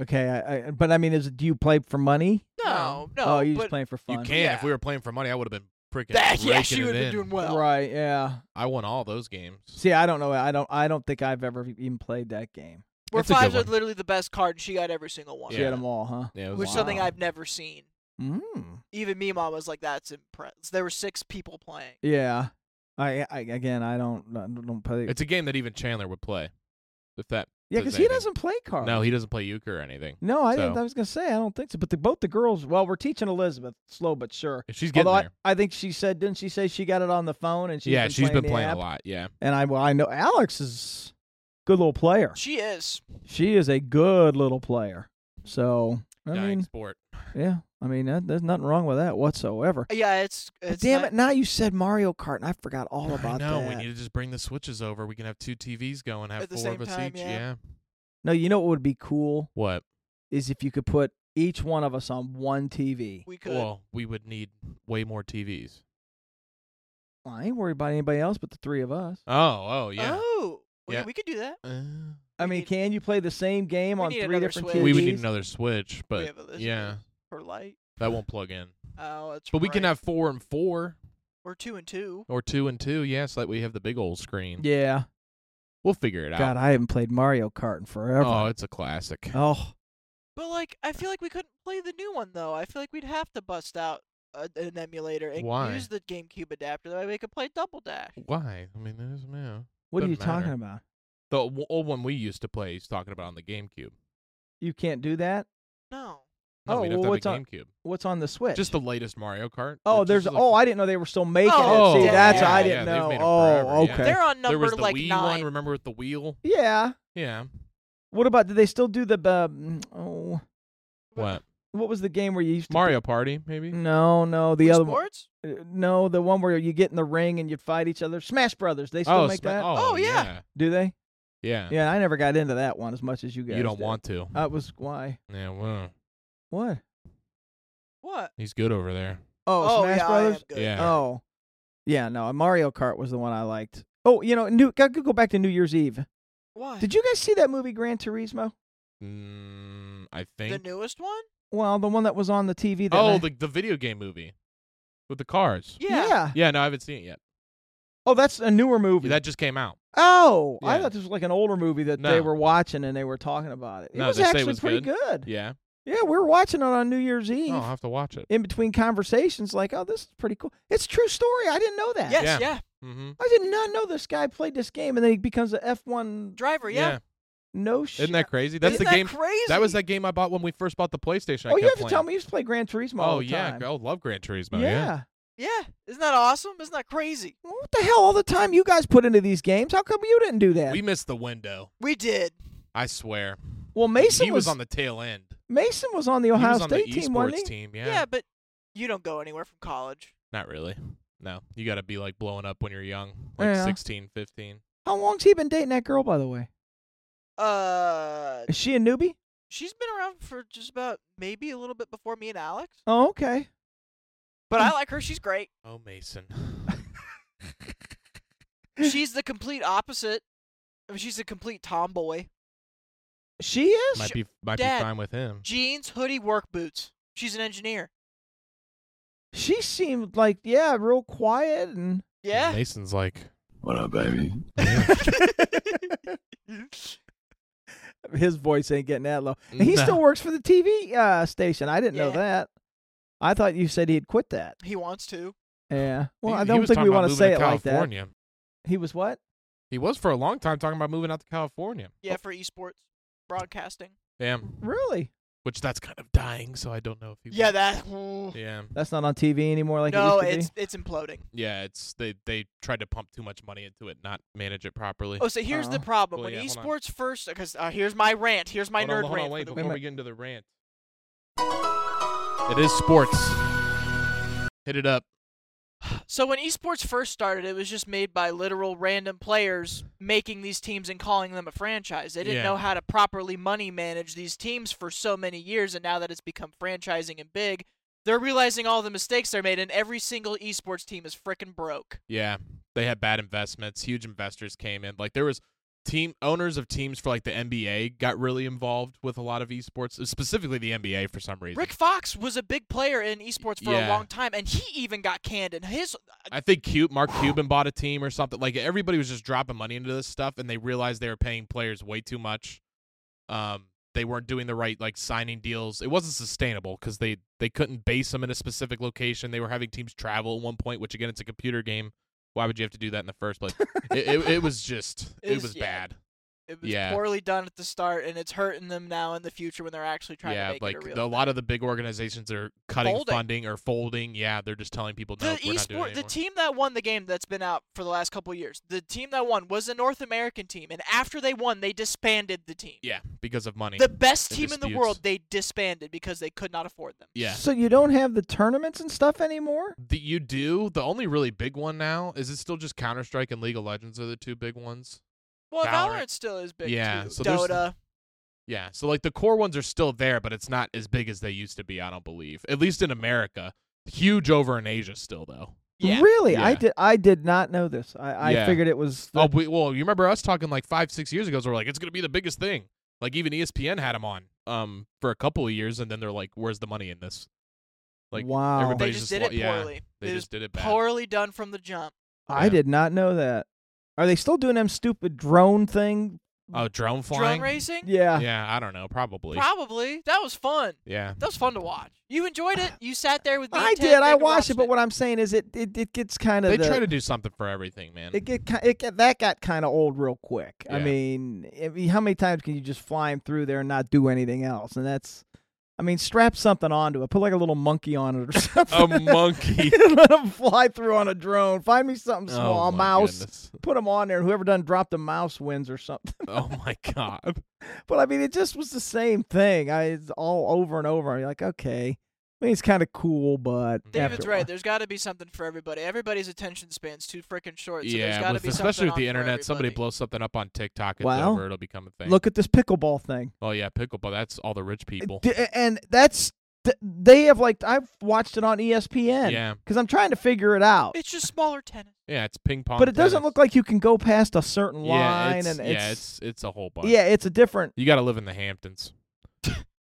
A: Okay, I, I, but I mean, is do you play for money?
B: No, no.
A: oh, you
B: but
A: just playing for fun.
D: You can. If
B: Yeah.
D: we were playing for money, I would have been freaking.
B: that, yeah,
D: raking
B: she
D: it
B: would have
D: in.
B: been doing well.
A: Right? Yeah.
D: I won all those games.
A: See, I don't know. I don't. I don't think I've ever even played that game.
B: Where
D: It's a good
B: fives are
D: one.
B: literally the best card, and she got every single one.
A: She
D: Yeah.
A: had them all, huh?
D: Yeah, it was
B: Which is
D: awesome.
B: something
A: Wow.
B: I've never seen.
A: Mm.
B: Even Mima was like, "That's impressive." There were six people playing.
A: Yeah. I, I again, I don't I don't play.
D: It's a game that even Chandler would play. If that.
A: yeah,
D: says
A: because he
D: anything.
A: doesn't play cards.
D: No, he doesn't play euchre or anything.
A: No, I didn't.
D: so.
A: I was gonna say I don't think so. But the, both the girls. Well, we're teaching Elizabeth slow but sure.
D: She's getting
A: Although
D: there.
A: I, I think she said, didn't she say she got it on the phone and she's
D: yeah,
A: been
D: she's
A: playing
D: been
A: the
D: playing
A: app?
D: a lot. Yeah.
A: And I well, I know Alex is a good little player.
B: She is.
A: She is a good little player. So I
D: Dying
A: mean,
D: sport.
A: Yeah, I mean, that, there's nothing wrong with that whatsoever.
B: Yeah, it's
A: But
B: it's
A: damn
B: not-
A: it! Now you said Mario Kart, and I forgot all
D: I
A: about
D: know.
A: that.
D: We need to just bring the switches over. We can have two TVs going, have
B: At the
D: four
B: same
D: of us
B: time,
D: each.
B: yeah.
A: no, you know what would be cool
D: What?
A: is if you could put each one of us on one TV.
B: we could.
D: Well, we would need way more TVs.
A: I ain't worried about anybody else but the three of us.
D: Oh, oh, yeah.
B: Oh, yeah.
D: Yeah.
B: we could do that.
A: Oh.
D: Uh,
A: I
B: We
A: mean,
B: need-
A: can you play the same game
B: We
A: on
B: need
A: three
B: another
A: different TVs?
B: Switch.
D: we would need another switch,
B: we
D: but
B: have a list
D: yeah,
B: for light.
D: that won't plug in.
B: Oh, that's
D: But we can
B: right.
D: have four and four
B: or two and two.
D: or two and two. Yeah, so that we have the big old screen.
A: Yeah.
D: We'll figure it
A: God,
D: out.
A: I haven't played Mario Kart in forever.
D: Oh, it's a classic.
A: Oh,
B: But like, I feel like we couldn't play the new one though. I feel like we'd have to bust out a, an emulator and
D: Why?
B: use the GameCube adapter. That way we could play Double Dash.
D: Why? I mean, there's yeah.
A: what are you
D: Doesn't
A: talking
D: matter.
A: about?
D: The w- old one we used to play. He's talking about on the GameCube.
A: You can't do that.
B: No.
D: No,
A: Oh,
D: we'd have
A: well, what's
D: to have
A: on-
D: a GameCube.
A: What's on the Switch?
D: Just the latest Mario Kart.
A: oh,
D: It's
A: there's
D: just like-
A: oh, I didn't know they were still making
B: Oh,
A: it. See,
B: yeah,
A: that's
B: yeah,
A: I
D: yeah,
A: didn't
D: they've
A: know.
D: made 'em forever,
A: oh,
D: yeah.
A: okay.
B: They're on
D: there
B: number
D: was the
B: like
D: Wii
B: nine.
D: one. Remember with the wheel?
A: Yeah.
D: Yeah.
A: What about? Do they still do the? Um, oh,
D: What?
A: what was the game where you used to
D: Mario Party,
A: play-
D: maybe.
A: No, no, the
B: Wii
A: other
B: sports?
A: one. uh, No, the one where you get in the ring and you fight each other. Smash Brothers. They still
D: oh,
A: make
D: Sma-
A: that.
D: Oh,
B: Oh, yeah.
A: Do they?
D: Yeah.
A: Yeah, I never got into that one as much as you guys.
D: you don't
A: did.
D: want to.
A: That was why.
D: Yeah. Well,
A: What?
B: What?
D: he's good over there.
A: Oh,
B: oh
A: Smash
B: yeah, I am
A: Brothers.
B: good.
D: Yeah.
A: Oh, yeah. No, Mario Kart was the one I liked. Oh, you know, new. I could go back to New Year's Eve.
B: Why?
A: Did you guys see that movie Gran Turismo?
D: Mm, I
B: the
D: think.
B: newest one?
A: Well, the one that was on the TV. That
D: oh,
A: night.
D: the the video game movie with the cars.
B: Yeah.
D: Yeah. No, I haven't seen it yet.
A: Oh, that's a newer movie.
D: That just came out.
A: oh, I
D: Yeah.
A: thought this was like an older movie that they
D: No.
A: were watching and they were talking about it. It
D: No,
A: was
D: they say it
A: actually
D: was
A: pretty good.
D: good. Yeah.
A: Yeah, we were watching it on New Year's Eve.
D: Oh, I'll have to watch it.
A: In between conversations, like, oh, this is pretty cool. It's a true story. I didn't know that.
B: Yes, yeah.
D: Yeah. Mm-hmm.
A: I did not know this guy played this game and then he becomes an F1
B: Driver, yeah.
A: no shit.
D: Isn't that crazy? That's
B: Isn't
D: the
B: that
D: game.
B: Crazy.
D: That was that game I bought when we first bought the PlayStation. I
A: oh, you have
D: kept
A: to tell
D: playing.
A: me you used to play Gran Turismo. all
D: Oh
A: the
D: yeah,
A: time.
D: I love Gran Turismo.
A: yeah.
B: Yeah. Isn't that awesome? Isn't that crazy?
A: Well, What the hell? All the time you guys put into these games. How come you didn't do that?
D: We missed the window.
B: We did.
D: I swear.
A: well, Mason
D: he was, on the tail end.
A: Mason was on the
D: he
A: Ohio
D: was on
A: State
D: the
A: team,
D: esports
A: wasn't he?
D: team. Yeah.
B: Yeah. but you don't go anywhere from college.
D: Not really. No. You got to be like blowing up when you're young, like
A: Yeah.
D: sixteen, fifteen.
A: How long's he been dating that girl, by the way?
B: Uh,
A: Is she a newbie?
B: she's been around for just about maybe a little bit before me and Alex.
A: Oh, okay.
B: But I like her. She's great.
D: Oh, Mason.
B: She's the complete opposite. I mean, she's a complete tomboy.
A: She is.
D: might be might
B: Dad.
D: be fine with him.
B: Jeans, hoodie, work boots. She's an engineer.
A: She seemed like yeah, real quiet and
B: Yeah.
D: Mason's like,
E: What up, baby?
A: his voice ain't getting that low. And he
D: Nah.
A: still works for the TV uh, station. I didn't know
B: Yeah.
A: that. I thought you said he had quit that.
B: he wants to.
A: Yeah. Well,
D: he,
A: I
D: he
A: don't
D: was
A: think
D: talking
A: we
D: about
A: want to
D: moving
A: say it like that.
D: California.
A: He was what?
D: He was for a long time talking about moving out to California. Oh,
B: Yeah, for esports broadcasting.
D: Yeah.
A: Really?
D: Which that's kind of dying, so I don't know if he.
B: Yeah, that.
D: would- Yeah.
A: That's not on TV anymore like
B: no,
A: it used
B: it's
A: to
B: it's imploding.
D: Yeah. It's they they tried to pump too much money into it, not manage it properly.
B: Oh, so here's the
A: Oh.
B: problem.
D: Well,
B: when
D: uh-huh. yeah, hold on.
B: esports first, because uh, here's my rant. Here's my
D: hold
B: nerd
D: on, hold
B: rant.
D: on,
B: for
D: wait
B: the
D: before
A: week.
D: we get into the rant. It is sports. Hit it up.
B: So when esports first started, it was just made by literal random players making these teams and calling them a franchise. They didn't
D: Yeah.
B: know how to properly money manage these teams for so many years, and now that it's become franchising and big, they're realizing all the mistakes they're made, and every single esports team is frickin' broke.
D: Yeah, they had bad investments. Huge investors came in. Like there was team owners of teams for like the NBA got really involved with a lot of esports, uh, specifically the NBA for some reason.
B: Rick Fox was a big player in esports for a
D: Yeah.
B: long time, and he even got canned. And his
D: I think Cute Mark Cuban bought a team or something. Like everybody was just dropping money into this stuff, and they realized they were paying players way too much. Um, they weren't doing the right like signing deals. It wasn't sustainable because they they couldn't base them in a specific location. They were having teams travel at one point, which again, it's a computer game. Why would you have to do that in the first place? it, it, it was just it
B: It's-
D: was
B: yeah.
D: bad.
B: It was
D: Yeah.
B: poorly done at the start, and it's hurting them now in the future when they're actually trying to
D: yeah,
B: make
D: like
B: it a real.
D: the- a lot of the big organizations are cutting
B: Folding.
D: funding or folding. Yeah, they're just telling people no,
B: the
D: we're not doing it
B: esport, the
D: anymore.
B: team that won the game that's been out for the last couple of years, the team that won was a North American team, and after they won, they disbanded the team.
D: yeah, because of money.
B: The best
D: and
B: team in the
D: disputes.
B: world, they disbanded because they could not afford them.
D: yeah,
A: So you don't have the tournaments and stuff anymore?
D: The, you do. The only really big one now is it still just Counter Strike and League of Legends are the two big ones.
B: Well,
D: Valorant.
B: Valorant, still is big
D: Yeah,
B: too.
D: so there's-
B: Dota.
D: Yeah, so like the core ones are still there, but it's not as big as they used to be. I don't believe, at least in America. Huge over in Asia still though.
B: Yeah.
A: Really? I
D: Yeah.
A: did I did not know this. I, I
D: Yeah.
A: figured it was the-
D: Oh, we, well, you remember us talking like five, six years ago? So we're like, it's gonna be the biggest thing. Like even E ESPN had them on um for a couple of years, and then they're like, where's the money in this? Like
A: Wow. They
B: They
D: everybody's
B: just did
D: lo-
B: it
D: yeah,
B: poorly.
D: they
B: it
D: just did it
B: was
D: bad.
B: poorly done from the jump.
A: I
D: yeah.
A: did not know that. Are they still doing them stupid drone thing?
D: Oh, drone
B: Drone
D: flying.
B: racing?
A: Yeah.
D: Yeah, I don't know. Probably.
B: Probably. That was fun.
D: yeah.
B: That was fun to watch. You enjoyed it. You sat there with me.
A: I
B: and Ted
A: did. I
B: and
A: watched it, but what I'm saying is it it, it gets kind of
D: They try to do something for everything, man.
A: it get ki- it get, that got kind of old real quick. I
D: Yeah.
A: mean, I mean, how many times can you just fly him through there and not do anything else? And that's, I mean, strap something onto it, put like a little monkey on it or
D: a
A: something.
D: monkey.
A: Let him fly through on a drone. Find me something small,
D: oh,
A: a
D: my
A: mouse.
D: goodness.
A: Put him on there, and whoever done dropped the mouse wins or something.
D: Oh my god.
A: But I mean, it just was the same thing. I it's all over and over. I'm like, okay, I mean, it's kind of cool, but after
B: David's
A: a
B: right.
A: while-
B: There's got to be something for everybody. Everybody's attention span's too freaking short. So there's
D: yeah,
B: gotta
D: with,
B: be something
D: especially with the
B: on for
D: internet, somebody
B: everybody.
D: blows something up on TikTok. It's
A: Wow.
D: over. It'll become a thing.
A: Look at this pickleball thing.
D: Oh yeah, pickleball. That's all the rich people.
A: D- and that's th- they have like I've watched it on E ESPN.
D: Yeah.
A: Because I'm trying to figure it out,
B: It's just smaller tennis.
D: Yeah, it's ping pong.
A: but it doesn't
D: tennis.
A: look like you can go past a certain
D: yeah,
A: line,
D: it's,
A: and it's
D: yeah, it's it's a whole bunch.
A: yeah, it's a different.
D: You got to live in the Hamptons.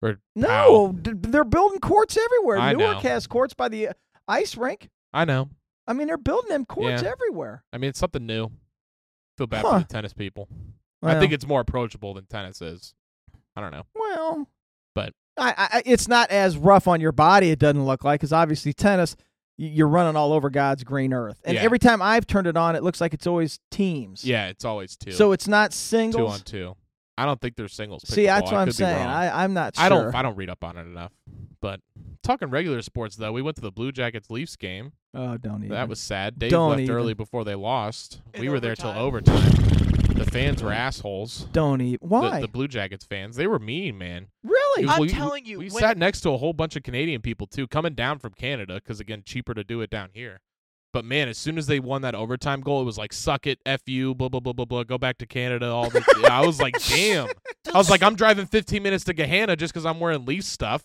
D: or
A: No,
D: Pow.
A: d- they're building courts everywhere.
D: I
A: Newark
D: know.
A: has courts by the uh, ice rink.
D: I know.
A: I mean, they're building them courts
D: Yeah.
A: everywhere.
D: I mean, it's something new. Feel bad
A: Huh.
D: for the tennis people. I think it's more approachable than tennis is. I don't know.
A: Well,
D: But-
A: I, I, I- it's not as rough on your body. It doesn't look like because obviously tennis, y- you're running all over God's green earth. And
D: Yeah.
A: every time I've turned it on, it looks like it's always teams.
D: Yeah, it's always two.
A: So it's not
D: two
A: singles.
D: on two. I don't think there's singles.
A: See,
D: pickleball.
A: that's
D: I
A: what I'm
D: could be
A: saying.
D: wrong.
A: I, I'm not sure.
D: I don't. I don't read up on it enough. But talking regular sports, though, we went to the Blue Jackets Leafs game.
A: oh, don't even.
D: That was sad. Dave
A: Don't
D: left
A: even.
D: early before they lost.
B: In
D: we were there till
B: overtime.
D: overtime. The fans were assholes.
A: Don't even.
D: The-
A: Why?
D: The, Blue Jackets fans, they were mean, man.
A: really?
B: I'm
D: we-
B: telling you,
D: we
B: when-
D: sat next to a whole bunch of Canadian people too, coming down from Canada, because again, cheaper to do it down here. But man, as soon as they won that overtime goal, it was like "suck it, f you, blah blah blah blah blah, go back to Canada." All this. Yeah, I was like, "Damn!" I was like, "I'm driving 15 minutes to Gahanna just because I'm wearing Leaf stuff."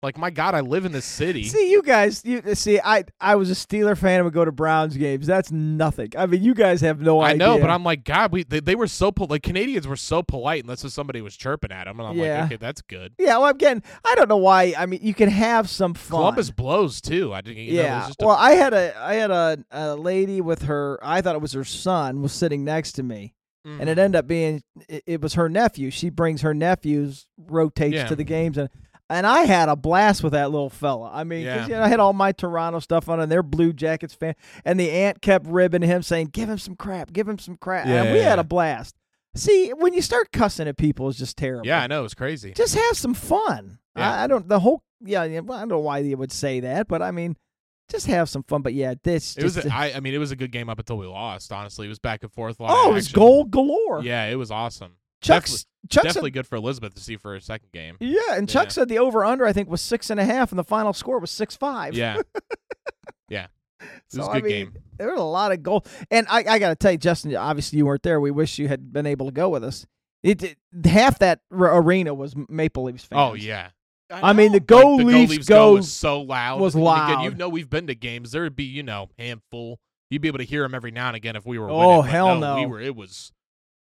D: Like, my God, I live in this city.
A: See you guys. You see, I I was a Steeler fan and would go to Browns games. That's nothing. I mean, you guys have no
D: I
A: idea.
D: know, but I'm like, God, we they, they were so polite. Like Canadians were so polite, unless if somebody was chirping at them, and I'm
A: Yeah.
D: like, okay, that's good.
A: Yeah, well, I'm getting. I don't know why. I mean, you can have some fun.
D: Columbus blows too. I didn't. You know, there's
A: yeah.
D: just a-
A: Well, I had a I had a, a lady with her. I thought it was her son was sitting next to me,
D: Mm.
A: and it ended up being it, it was her nephew. She brings her nephews rotates
D: Yeah.
A: to the games, and and I had a blast with that little fella. I mean, 'cause,
D: Yeah.
A: you know, I had all my Toronto stuff on, and they're Blue Jackets fan, and the aunt kept ribbing him, saying, "Give him some crap, give him some crap," and we
D: Yeah.
A: had a blast. See, when you start cussing at people, it's just terrible
D: yeah, I know. It was crazy.
A: just have some fun. I,
D: Yeah.
A: I don't the whole yeah. yeah, well, I don't know why they would say that, but I mean, just have some fun. But yeah, this
D: It was.
A: just-
D: A, I, I mean, it was a good game up until we lost. Honestly, it was back and forth. A lot of
A: oh, it was
D: action.
A: goal galore.
D: Yeah, it was awesome.
A: Chuck's Chuck said-
D: Definitely good for Elizabeth to see for her second game.
A: yeah, and Chuck
D: Yeah.
A: said the over under I think was six and a half, and the final score was six five.
D: Yeah, yeah. It was
A: So,
D: a
A: I
D: good
A: mean,
D: game.
A: there was a lot of goal. And I, I got to tell you, Justin, obviously you weren't there. We wish you had been able to go with us. It, it- half that r- arena was Maple Leafs fans.
D: Oh yeah.
A: I mean, the
B: know.
A: go
D: like, the
A: Leafs,
D: go
A: go
D: was so loud.
A: was
D: And again, you
A: loud.
D: know, we've been to games. There'd be you know handful. You'd be able to hear them every now and again if we were.
A: Oh,
D: winning, but
A: hell
D: We
A: no.
D: were. It was.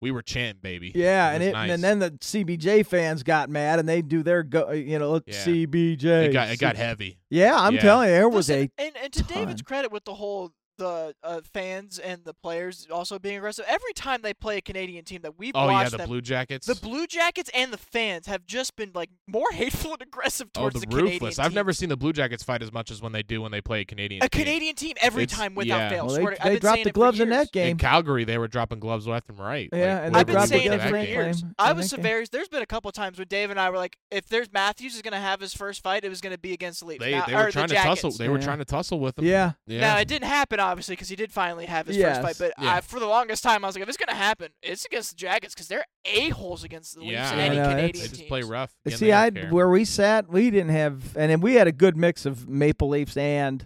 D: We were chanting, baby.
A: Yeah,
D: It
A: and
D: was
A: it,
D: nice.
A: and then the CBJ fans got mad and they do their go, uh, you know,
D: Yeah.
A: CBJ.
D: it got it got
A: C-
D: heavy.
A: Yeah, I'm
D: Yeah.
A: telling you, there was
B: Listen,
A: a
B: and, and to David's
A: ton.
B: credit with the whole the uh, fans and the players also being aggressive. Every time they play a Canadian team that we've
D: Oh yeah,
B: watched
D: the
B: them,
D: Blue Jackets.
B: the Blue Jackets and the fans have just been like more hateful and aggressive
D: oh,
B: towards
D: the,
B: Canadian
D: ruthless. I've
B: team.
D: never seen the Blue Jackets fight as much as when they do when they play a Canadian.
B: a
D: team.
B: Canadian team every
D: It's-
B: time without
D: yeah.
B: fail.
D: Well,
A: Well,
B: Swear
A: they,
B: to- I've
A: they
B: been
A: dropped
B: saying
A: the
B: it for
A: gloves in
B: years.
A: that
D: In
A: game.
D: Calgary, they were dropping gloves left and right.
A: Yeah, and
D: like, way
A: they
B: I've been
D: back
A: dropped the
B: saying
D: into
B: it
A: gloves
D: that
B: for
A: in
D: game.
B: years.
A: game.
B: I
A: In
B: was
A: that game.
B: Severus. There's been a couple times when Dave and I were like, if there's Matthews is gonna have his first fight, it was gonna be against the Leafs.
D: They,
B: Now-
D: they
B: or
D: were
B: the
D: trying to
B: Jackets.
D: tussle. They were
A: Yeah.
D: trying to tussle with them.
A: Yeah.
D: yeah.
B: Now it didn't happen, obviously, because he did finally have his
A: Yes.
B: first fight. But
D: Yeah.
B: I, for the longest time, I was like, if it's gonna happen, it's against the Jackets because they're a holes against the Leafs
D: yeah,
B: and
A: I
B: any
A: know,
B: Canadian
A: it's-
D: they
B: teams.
D: just play rough. Again,
A: See,
D: they don't
A: I
D: care.
A: where we sat, we didn't have, and then we had a good mix of Maple Leafs and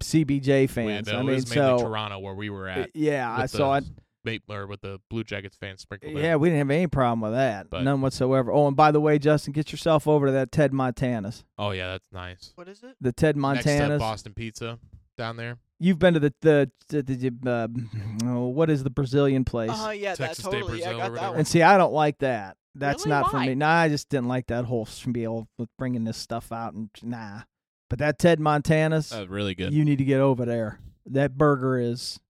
A: CBJ
D: We-
A: fans.
D: though,
A: I
D: it
A: mean,
D: was mainly
A: so
D: Toronto where we were
A: uh,
D: at.
A: yeah, I
D: with the
A: saw it.
D: Ba- or with the Blue Jackets fans sprinkled in.
A: Yeah, we didn't have any problem with that,
D: But-
A: none whatsoever. Oh, and by the way, Justin, get yourself over to that Ted Montana's.
D: Oh yeah, that's nice.
B: What is it?
A: The Ted
D: Next to
A: Montana's.
D: Boston Pizza down there.
A: You've been to the the, the, the, uh, oh, what is the Brazilian place?
B: Uh, yeah,
D: Texas Day
B: that totally. Yeah, I
D: Brazil or
B: got
D: whatever.
B: that one.
A: And see, I don't like that. That's
B: Really?
A: not for
B: Why?
A: me. Nah, I just didn't like that whole spiel with bringing this stuff out and nah. But that Ted Montana's,
D: That's really good.
A: you need to get over there. That burger is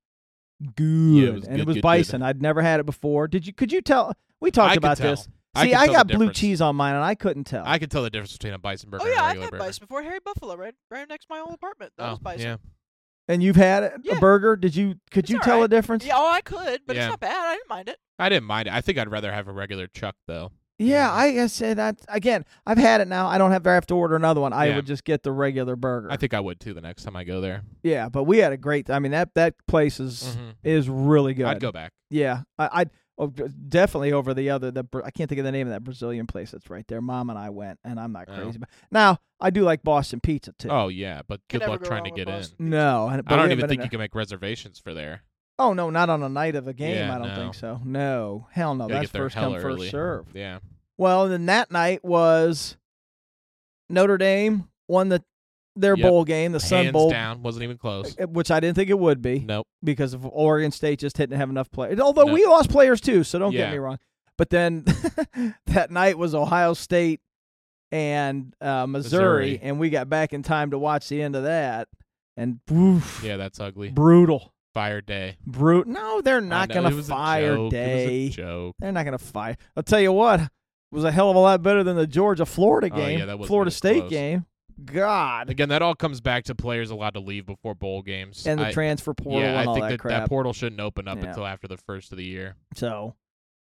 A: good,
D: was
A: and
D: good,
A: it was
D: good, good.
A: bison. I'd never had it before. Did you? Could you tell? We
D: I
A: talked
D: could
A: about
D: tell.
A: this.
D: I
A: See,
D: could
A: I
D: tell the
A: got blue
D: difference.
A: cheese on mine, and I couldn't tell.
D: I could tell the difference between a bison burger
B: Oh yeah,
D: and a
B: I've
D: regular
B: had
D: burger.
B: bison before. Harry Buffalo, right, right next to my old apartment. That
D: oh,
B: was bison.
D: Yeah.
A: and you've had it, a
B: Yeah.
A: burger. Did you? Could
B: It's
A: you
B: all
A: tell the
B: right.
A: difference?
B: Yeah, oh, I could, but
D: Yeah.
B: it's not bad. I didn't mind it.
D: I didn't mind it. I think I'd rather have a regular chuck though.
A: Yeah,
D: Yeah.
A: I, I say that again. I've had it now. I don't have I have to order another one. I
D: Yeah.
A: would just get the regular burger.
D: I think I would too the next time I go there.
A: Yeah, but we had a great. I mean that that place is
D: Mhm.
A: is really good.
D: I'd go back.
A: Yeah, I I'd, oh, d- definitely over the other. The Bra- I can't think of the name of that Brazilian place that's right there. Mom and I went, and I'm not
D: Oh.
A: crazy. about Now I do like Boston pizza too.
D: Oh yeah, but
B: Can
D: good
B: never
D: luck
B: go
D: trying to
B: wrong with
D: get in.
B: Boston.
A: No, and- but we
D: I don't
A: haven't
D: even
A: been
D: think
A: in
D: you
A: there-
D: can make reservations for there.
A: Oh no, not on a night of a game.
D: Yeah,
A: I don't
D: no.
A: think so. No, hell no.
D: Gotta
A: That's
D: get there
A: first
D: hella
A: come
D: early.
A: first serve.
D: Yeah.
A: Well, then that night was Notre Dame won the their
D: Yep.
A: bowl game, the Sun
D: Hands
A: Bowl,
D: down, wasn't even close.
A: uh, which I didn't think it would be.
D: Nope.
A: because of Oregon State just didn't have enough players. Although
D: No.
A: we lost players too, so don't
D: Yeah.
A: get me wrong. But then that night was Ohio State and uh, Missouri,
D: Missouri.
A: and we got back in time to watch the end of that. And oof,
D: Yeah, that's ugly.
A: brutal,
D: Fire day.
A: brutal. No, they're
D: I
A: not
D: know,
A: going
D: it
A: to
D: was a joke, it
A: fire
D: was a
A: day.
D: joke.
A: They're not going to fire. I'll tell you what, it was a hell of a lot better than the Georgia Florida
D: Oh,
A: game,
D: yeah, that was
A: Florida
D: really
A: State
D: close.
A: game. God,
D: Again, that all comes back to players allowed to leave before bowl games.
A: and the
D: I-
A: transfer portal
D: yeah,
A: and
D: I
A: all
D: think
A: that
D: that,
A: crap.
D: that portal shouldn't open up
A: Yeah.
D: until after the first of the year.
A: So,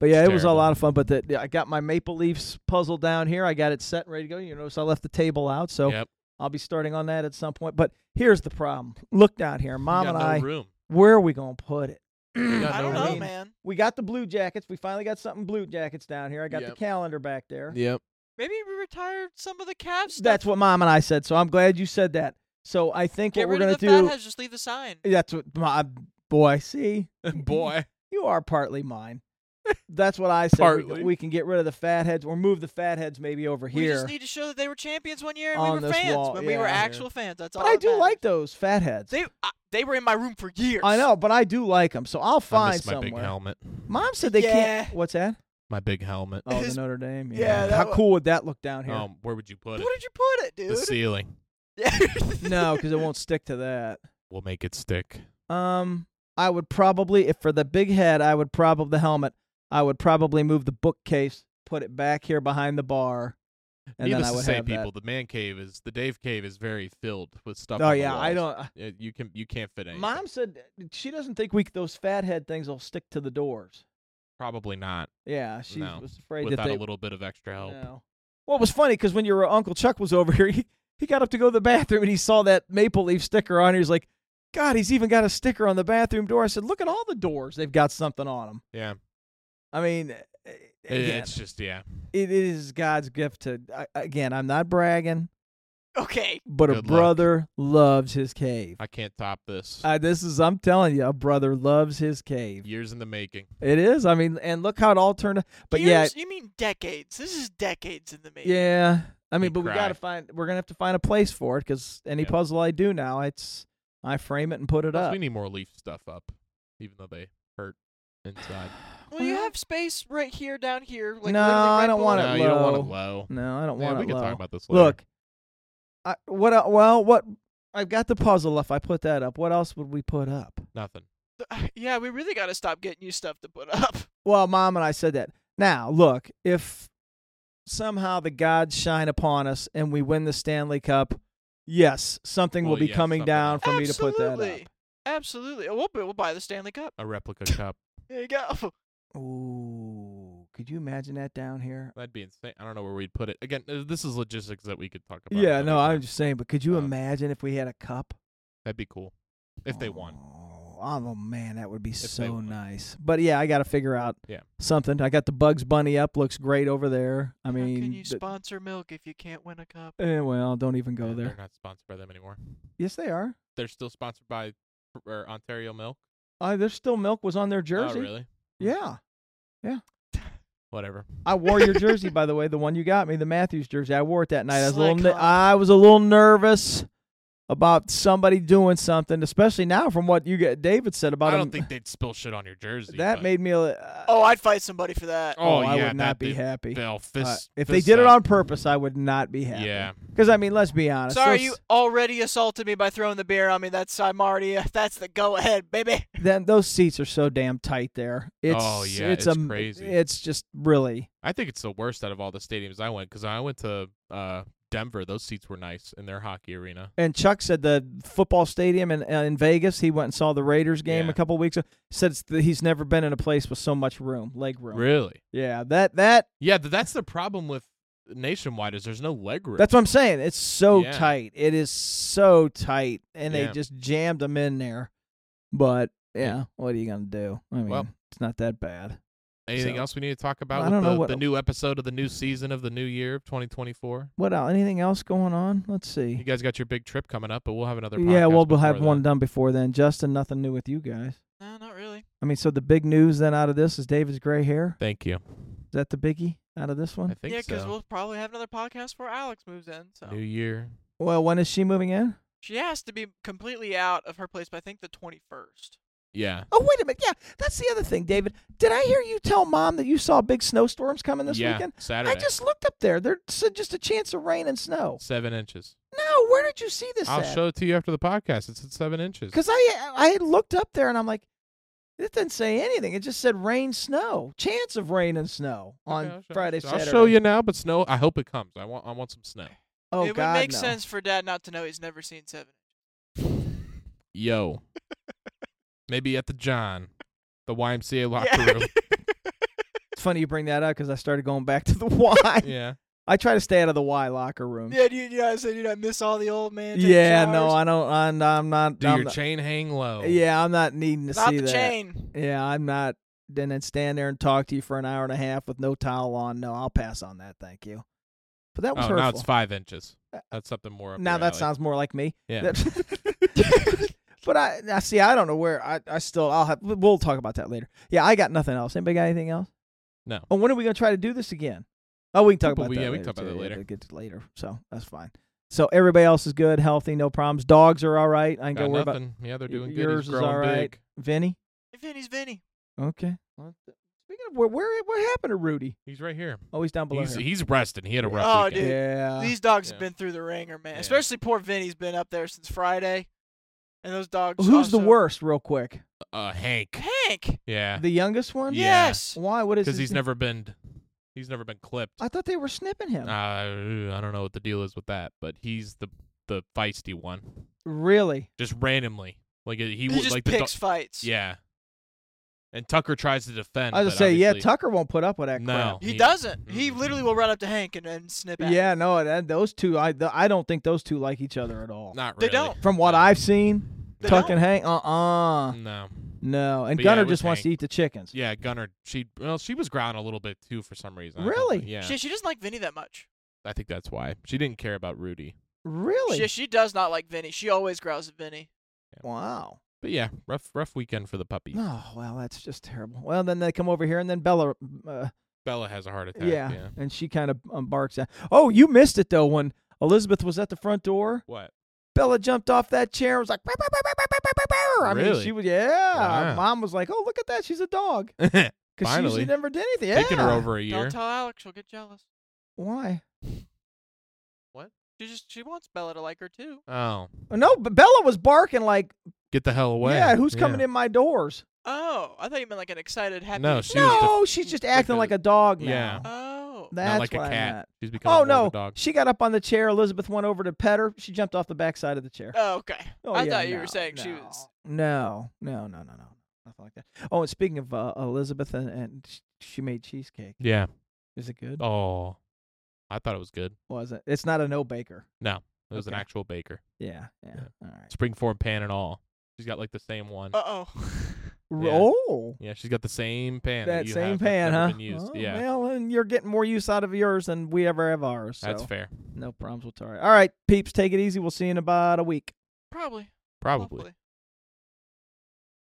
A: but yeah,
D: It's
A: it was a
D: terrible.
A: lot of fun. But the, yeah, I got my Maple Leafs puzzle down here. I got it set and ready to go. You notice I left the table out, so
D: Yep.
A: I'll be starting on that at some point. But here's the problem: look down here,
D: We
A: Mom
D: got
A: and
D: no
A: I.
D: room.
A: Where are we gonna put it?
D: We got
B: I
D: no
B: don't
A: I
B: know,
D: room.
A: mean-
B: man.
A: We got the Blue Jackets. We finally got something Blue Jackets down here. I got the
D: Yep.
A: calendar back there.
D: Yep.
B: Maybe we retired some of the Cavs stuff.
A: That's what Mom and I said. So I'm glad you said that. So I think
B: Get
A: what we're
B: rid
A: gonna
B: of the
A: do.
B: fatheads, just leave the sign.
A: That's what my boy. See,
D: Boy.
A: You are partly mine. That's what I said. We-
D: Partly.
A: We, can get rid of the fatheads or move the fatheads maybe over
B: We
A: here.
B: just need to show that they were champions one year and
A: On
B: we were
A: this
B: fans
A: wall,
B: when we were
A: yeah.
B: actual fans. That's all.
A: but I
B: that
A: do
B: matters.
A: like those fatheads.
B: They I, they were in my room for years.
A: I know, but I do like them. So I'll
D: I
A: find
D: miss my
A: somewhere.
D: big helmet.
A: Mom said they can't.
B: Yeah.
A: What's that?
D: My big helmet.
A: Oh, the
B: His-
A: Notre Dame.
B: yeah,
A: Yeah.
B: that
A: How
B: wa-
A: cool would that look down here?
D: Um, where would you put
B: Where
D: it?
B: did you put it, dude?
D: The ceiling.
A: no, because it won't stick to that.
D: We'll make it stick.
A: Um, I would probably, if for the big head, I would probably the helmet. I would probably move the bookcase, put it back here behind the bar, and then
D: Needless
A: I would
D: to say,
A: have
D: people, the man cave is the Dave cave is very filled with stuff.
A: that. Oh
D: on the
A: yeah, I
D: walls.
A: don't.
D: Uh, You can you can't fit anything.
A: Mom said she doesn't think we those fathead things will stick to the doors.
D: probably not
A: Yeah, she
D: No,
A: was afraid
D: without
A: that they.
D: a little bit of extra help.
A: No. Well, it was funny because when your uh, uncle Chuck was over here, he, he got up to go to the bathroom and he saw that maple leaf sticker on. He was like, "God, he's even got a sticker on the bathroom door." I said, "Look at all the doors; they've got something on them."
D: Yeah,
A: I mean, eh,
D: It-
A: again,
D: it's just yeah.
A: it is God's gift to. I- Again, I'm not bragging,
B: okay.
A: but a
D: Good luck.
A: brother loves his cave.
D: I can't top this.
A: Uh, this is, I'm telling you, a brother loves his cave.
D: Years in the making.
A: It is. I mean, and look how it all turned out. But yeah,
B: Years- you mean decades? This is decades in the making.
A: yeah. I mean,
D: You
A: but we gotta
D: cry.
A: find. We're gonna have to find a place for it because any
D: Yep.
A: puzzle I do now, it's I frame it and put it
D: Plus,
A: up.
D: we need more leaf stuff up, even though they hurt inside.
B: Well, you have space right here, down here. Like
A: No,
B: literally
A: I
B: Red
A: don't
B: Bull
A: want
D: no,
A: it
B: level.
D: you don't want
A: low.
D: it low.
A: no, I don't
D: yeah,
A: want
D: we
A: it
D: can
A: low.
D: talk about this later.
A: Look, I, what? el- Well, what I've got the puzzle if I put that up. What else would we put up?
D: Nothing.
B: Yeah, we really got to stop getting you stuff to put up.
A: Well, mom and I said that. Now, look, if somehow the gods shine upon us and we win the Stanley Cup, yes, something will
D: Well,
A: be
D: yeah,
A: coming
D: something
A: down
D: will.
A: for me to put that
B: Absolutely. Absolutely. Oh, We'll, we'll buy the Stanley Cup.
D: A replica cup.
B: There you go.
A: up. Ooh, could you imagine that down here?
D: That'd be insane. I don't know where we'd put it. Again, uh, this is logistics that we could talk about.
A: Yeah,
D: another
A: no, I'm
D: time.
A: just saying, but could you
D: Um,
A: imagine if we had a cup?
D: That'd be cool. If they won.
A: Oh, oh, man, that would be
D: they
A: so
D: won.
A: nice. But yeah, I got to figure out
D: Yeah.
A: something. I got the Bugs Bunny up, looks great over there. I mean,
B: How can you
A: the-
B: sponsor milk if you can't win a cup?
A: eh, well, don't even
D: Yeah,
A: go
D: They're
A: there.
D: not sponsored by them anymore.
A: Yes, they are.
D: They're still sponsored by or Ontario Milk.
A: Uh, there's still milk was on their jersey.
D: Oh, really?
A: Yeah.
D: Whatever.
A: I wore your jersey, by the way, the one you got me, the Matthews jersey. I wore it that night. I was a little,
B: Sly
A: ne-
B: Cop.
A: I was a little nervous about somebody doing something, especially now from what you get. David said about
D: I
A: him.
D: don't think they'd spill shit on your jersey.
A: that
D: but-
A: made me. a li- Uh,
B: Oh, I'd fight somebody for that.
D: Oh,
A: I
D: yeah,
A: would not
D: that
A: be
D: they-
A: happy.
D: They'll
A: Uh,
D: fist,
A: if they
D: fist
A: did it
D: up.
A: on purpose, I would not be happy.
D: Yeah.
A: Because I mean, let's be honest.
B: Sorry,
A: those-
B: you already assaulted me by throwing the beer on me. That's I'm already. That's the go ahead, baby.
A: Then those seats are so damn tight there. It's
D: Oh, yeah,
A: it's,
D: it's
A: am-
D: crazy.
A: It's just really.
D: I think it's the worst out of all the stadiums I went because I went to uh, Denver. Those seats were nice in their hockey arena.
A: And Chuck said the football stadium in uh, in Vegas. He went and saw the Raiders game
D: Yeah.
A: a couple weeks ago. Said it's the, he's never been in a place with so much room, leg room.
D: Really?
A: Yeah, that that
D: Yeah, th- that's the problem with nationwide is there's no leg room.
A: that's what I'm saying. It's so
D: Yeah.
A: tight. It is so tight, and
D: Yeah.
A: they just jammed them in there. But yeah, what are you gonna do? I mean,
D: Well.
A: it's not that bad.
D: Anything
A: so-
D: else we need to talk about?
A: I
D: with
A: don't know
D: the,
A: what-
D: the new episode of the new season of the new year of 2024.
A: What else? Anything else going on? Let's
D: You
A: see.
D: guys got your big trip coming up, but we'll have another.
A: Yeah,
D: podcast
A: well, we'll have
D: before
A: one
D: that.
A: done before then. Justin, nothing new with you guys.
B: No, not really.
A: I mean, so the big news then out of this is David's gray hair.
D: Thank you.
A: Is that the biggie out of this
D: I
A: one?
D: think
B: yeah,
D: so.
B: we'll probably have another podcast before Alex moves in. So
D: New year.
A: Well, when is she moving in?
B: she has to be completely out of her place by I think the 21st.
D: Yeah.
A: Oh, wait a minute. Yeah, that's the other thing, David. Did I hear you tell mom that you saw big snowstorms coming this
D: yeah.
A: weekend?
D: Saturday.
A: I just looked up there. There's just a chance of rain and snow.
D: seven inches.
A: No, where did you see this?
D: I'll show it to you after the podcast. It's at seven inches.
A: Because I I had looked up there and I'm like, it didn't say anything. It just said rain, snow, chance of rain and snow on
D: Okay, I'll show-
A: Friday,
D: I'll
A: Saturday.
D: show you now, but snow. I hope it comes. I want. I want some snow.
A: Oh
B: it
A: God,
B: would make
A: no.
B: sense for Dad not to know he's never seen Seven.
D: Yo. Maybe at the John, the YMCA locker room.
A: It's funny you bring that up because I started going back to the Y.
D: yeah.
A: I try to stay out of the Y locker room.
B: Yeah, do you, you know, I said you know, I miss all the old man. taking
A: Yeah, no,
B: showers.
A: I don't. I'm, I'm not.
D: Do
A: I'm
D: your
A: not-
D: chain hang low.
A: Yeah, I'm not needing to
B: not
A: see
B: the
A: that.
B: chain.
A: Yeah, I'm not. Then I'd stand there and talk to you for an hour and a half with no towel on. No, I'll pass on that. Thank you. But that was
D: Oh,
A: hurtful. Uh,
D: now it's five inches. That's something more. Up
A: Now
D: your
A: that
D: alley.
A: sounds more like me.
D: Yeah.
A: That- but I, I see. I don't know where. I, I still. I'll have. We'll talk about that later. Yeah, I got nothing else. Anybody got anything else?
D: No.
A: Oh, when are we gonna try to do this again? Oh, we can talk
D: But
A: about
D: we-
A: that.
D: yeah, we
A: later
D: can talk about
A: too.
D: that
A: Yeah,
D: later.
A: we'll get to later. So that's fine. So everybody else is good, healthy, no problems. Dogs are all right. I ain't
D: Got
A: gonna worry about
D: nothing. Yeah, they're
A: Y-
D: doing good.
A: yours
D: He's
A: is
D: growing
A: all right.
D: big.
A: Vinny.
B: Vinny's Vinny.
A: Okay. Well, Speaking of where, where, what happened to Rudy?
D: He's right here.
A: Oh, he's down below
D: He's,
A: here.
D: he's resting. He had a rough
B: Oh,
D: weekend.
B: dude.
A: Uh, yeah.
B: These dogs have
D: Yeah.
B: been through the ringer, man.
D: Yeah.
B: Especially poor Vinny's been up there since Friday, and those dogs.
A: Who's the
B: also-
A: worst, real quick?
D: Uh, Hank.
B: Hank.
D: Yeah.
A: The youngest one?
D: Yeah.
B: Yes.
A: Why? What is?
D: Because
A: his
D: he's
A: name?
D: never been. He's never been clipped.
A: I thought they were snipping him.
D: Uh, I don't know what the deal is with that, but he's the the feisty one.
A: really?
D: Just randomly, like uh, he,
B: He,
D: would
B: just
D: like the
B: picks
D: do-
B: fights.
D: yeah. And Tucker tries to defend.
A: I was
D: but
A: just say, yeah.
D: obviously-
A: Tucker won't put up with that
D: No.
B: He
D: He-
B: doesn't. He
D: Mm.
B: literally will run up to Hank and, and snip
A: crap.
B: at. him.
A: Yeah, no. That, those two, I, th- I don't think those two like each other at all.
D: Not
B: They
D: really.
B: don't.
A: From what I've seen,
B: They
A: Tuck
B: don't.
A: and Hank, uh, uh
D: No.
A: no. And
D: Mm. But yeah,
A: Gunner
D: it was
A: just wants to
D: Hank.
A: eat the chickens.
D: Yeah, Gunner. She well, she was ground a little bit too for some reason. I don't
A: Really?
D: know, Yeah.
B: She, she doesn't like Vinny that much.
D: I think that's why she didn't care about Rudy.
A: Really?
B: She, she does not like Vinny. She always growls at Vinny.
A: wow.
D: But yeah, rough rough weekend for the puppy.
A: Oh well, that's just terrible. Well, then they come over here, and then Bella. Uh,
D: Bella has a heart attack.
A: Yeah.
D: yeah.
A: And she kind of um, barks at. Oh, you missed it though when Elizabeth was at the front door.
D: What?
A: Bella jumped off that chair and was like, "Bow, bow, bow, bow, bow, bow, bow, bow." I mean,
D: Really?
A: she was, yeah.
D: Wow.
A: Mom was like, oh, look at that. She's a dog. Because she usually
D: Finally.
A: never did anything. Yeah.
D: Taking her over a year.
B: Don't tell Alex. She'll get jealous.
A: Why?
B: She just she wants Bella to like her too.
D: Oh,
A: No, but Bella was barking like,
D: get the hell away!
A: yeah, who's coming in my doors?
B: Oh, I thought you meant like an excited happy.
D: No, she was.
A: no, she's just acting
D: like
A: like
D: a-
A: a dog now.
D: yeah.
B: Oh.
A: That's
D: not like a
A: what I
D: cat.
A: meant.
D: She's becoming
A: Oh
D: more of
A: no!
D: a dog.
A: She got up on the chair. Elizabeth went over to pet her. She jumped off the backside of the chair.
B: Oh, okay.
A: Oh,
B: I
A: yeah,
B: thought you
A: no,
B: were saying she was.
A: No, no, no, no, no, nothing like that. Oh, and speaking of uh, Elizabeth, and, and sh- she made cheesecake.
D: Yeah.
A: Is it good?
D: Oh, I thought it was good.
A: Was it? It's not a no baker.
D: It was an
A: Okay.
D: actual baker,
A: Yeah, yeah.
D: Yeah.
A: All right.
D: springform pan and all. She's got like the same one.
B: Uh oh.
A: R-
D: Yeah.
A: Oh,
D: yeah, she's got the same pan.
A: that
D: you
A: same
D: have that's
A: pan,
D: never
A: huh?
D: Been used.
A: Oh,
D: yeah,
A: Well, and you're getting more use out of yours than we ever have ours. So
D: that's fair.
A: no problems with Tari. All right, peeps, take it easy. We'll see you in about a week.
B: Probably.
D: Probably.
B: Hopefully.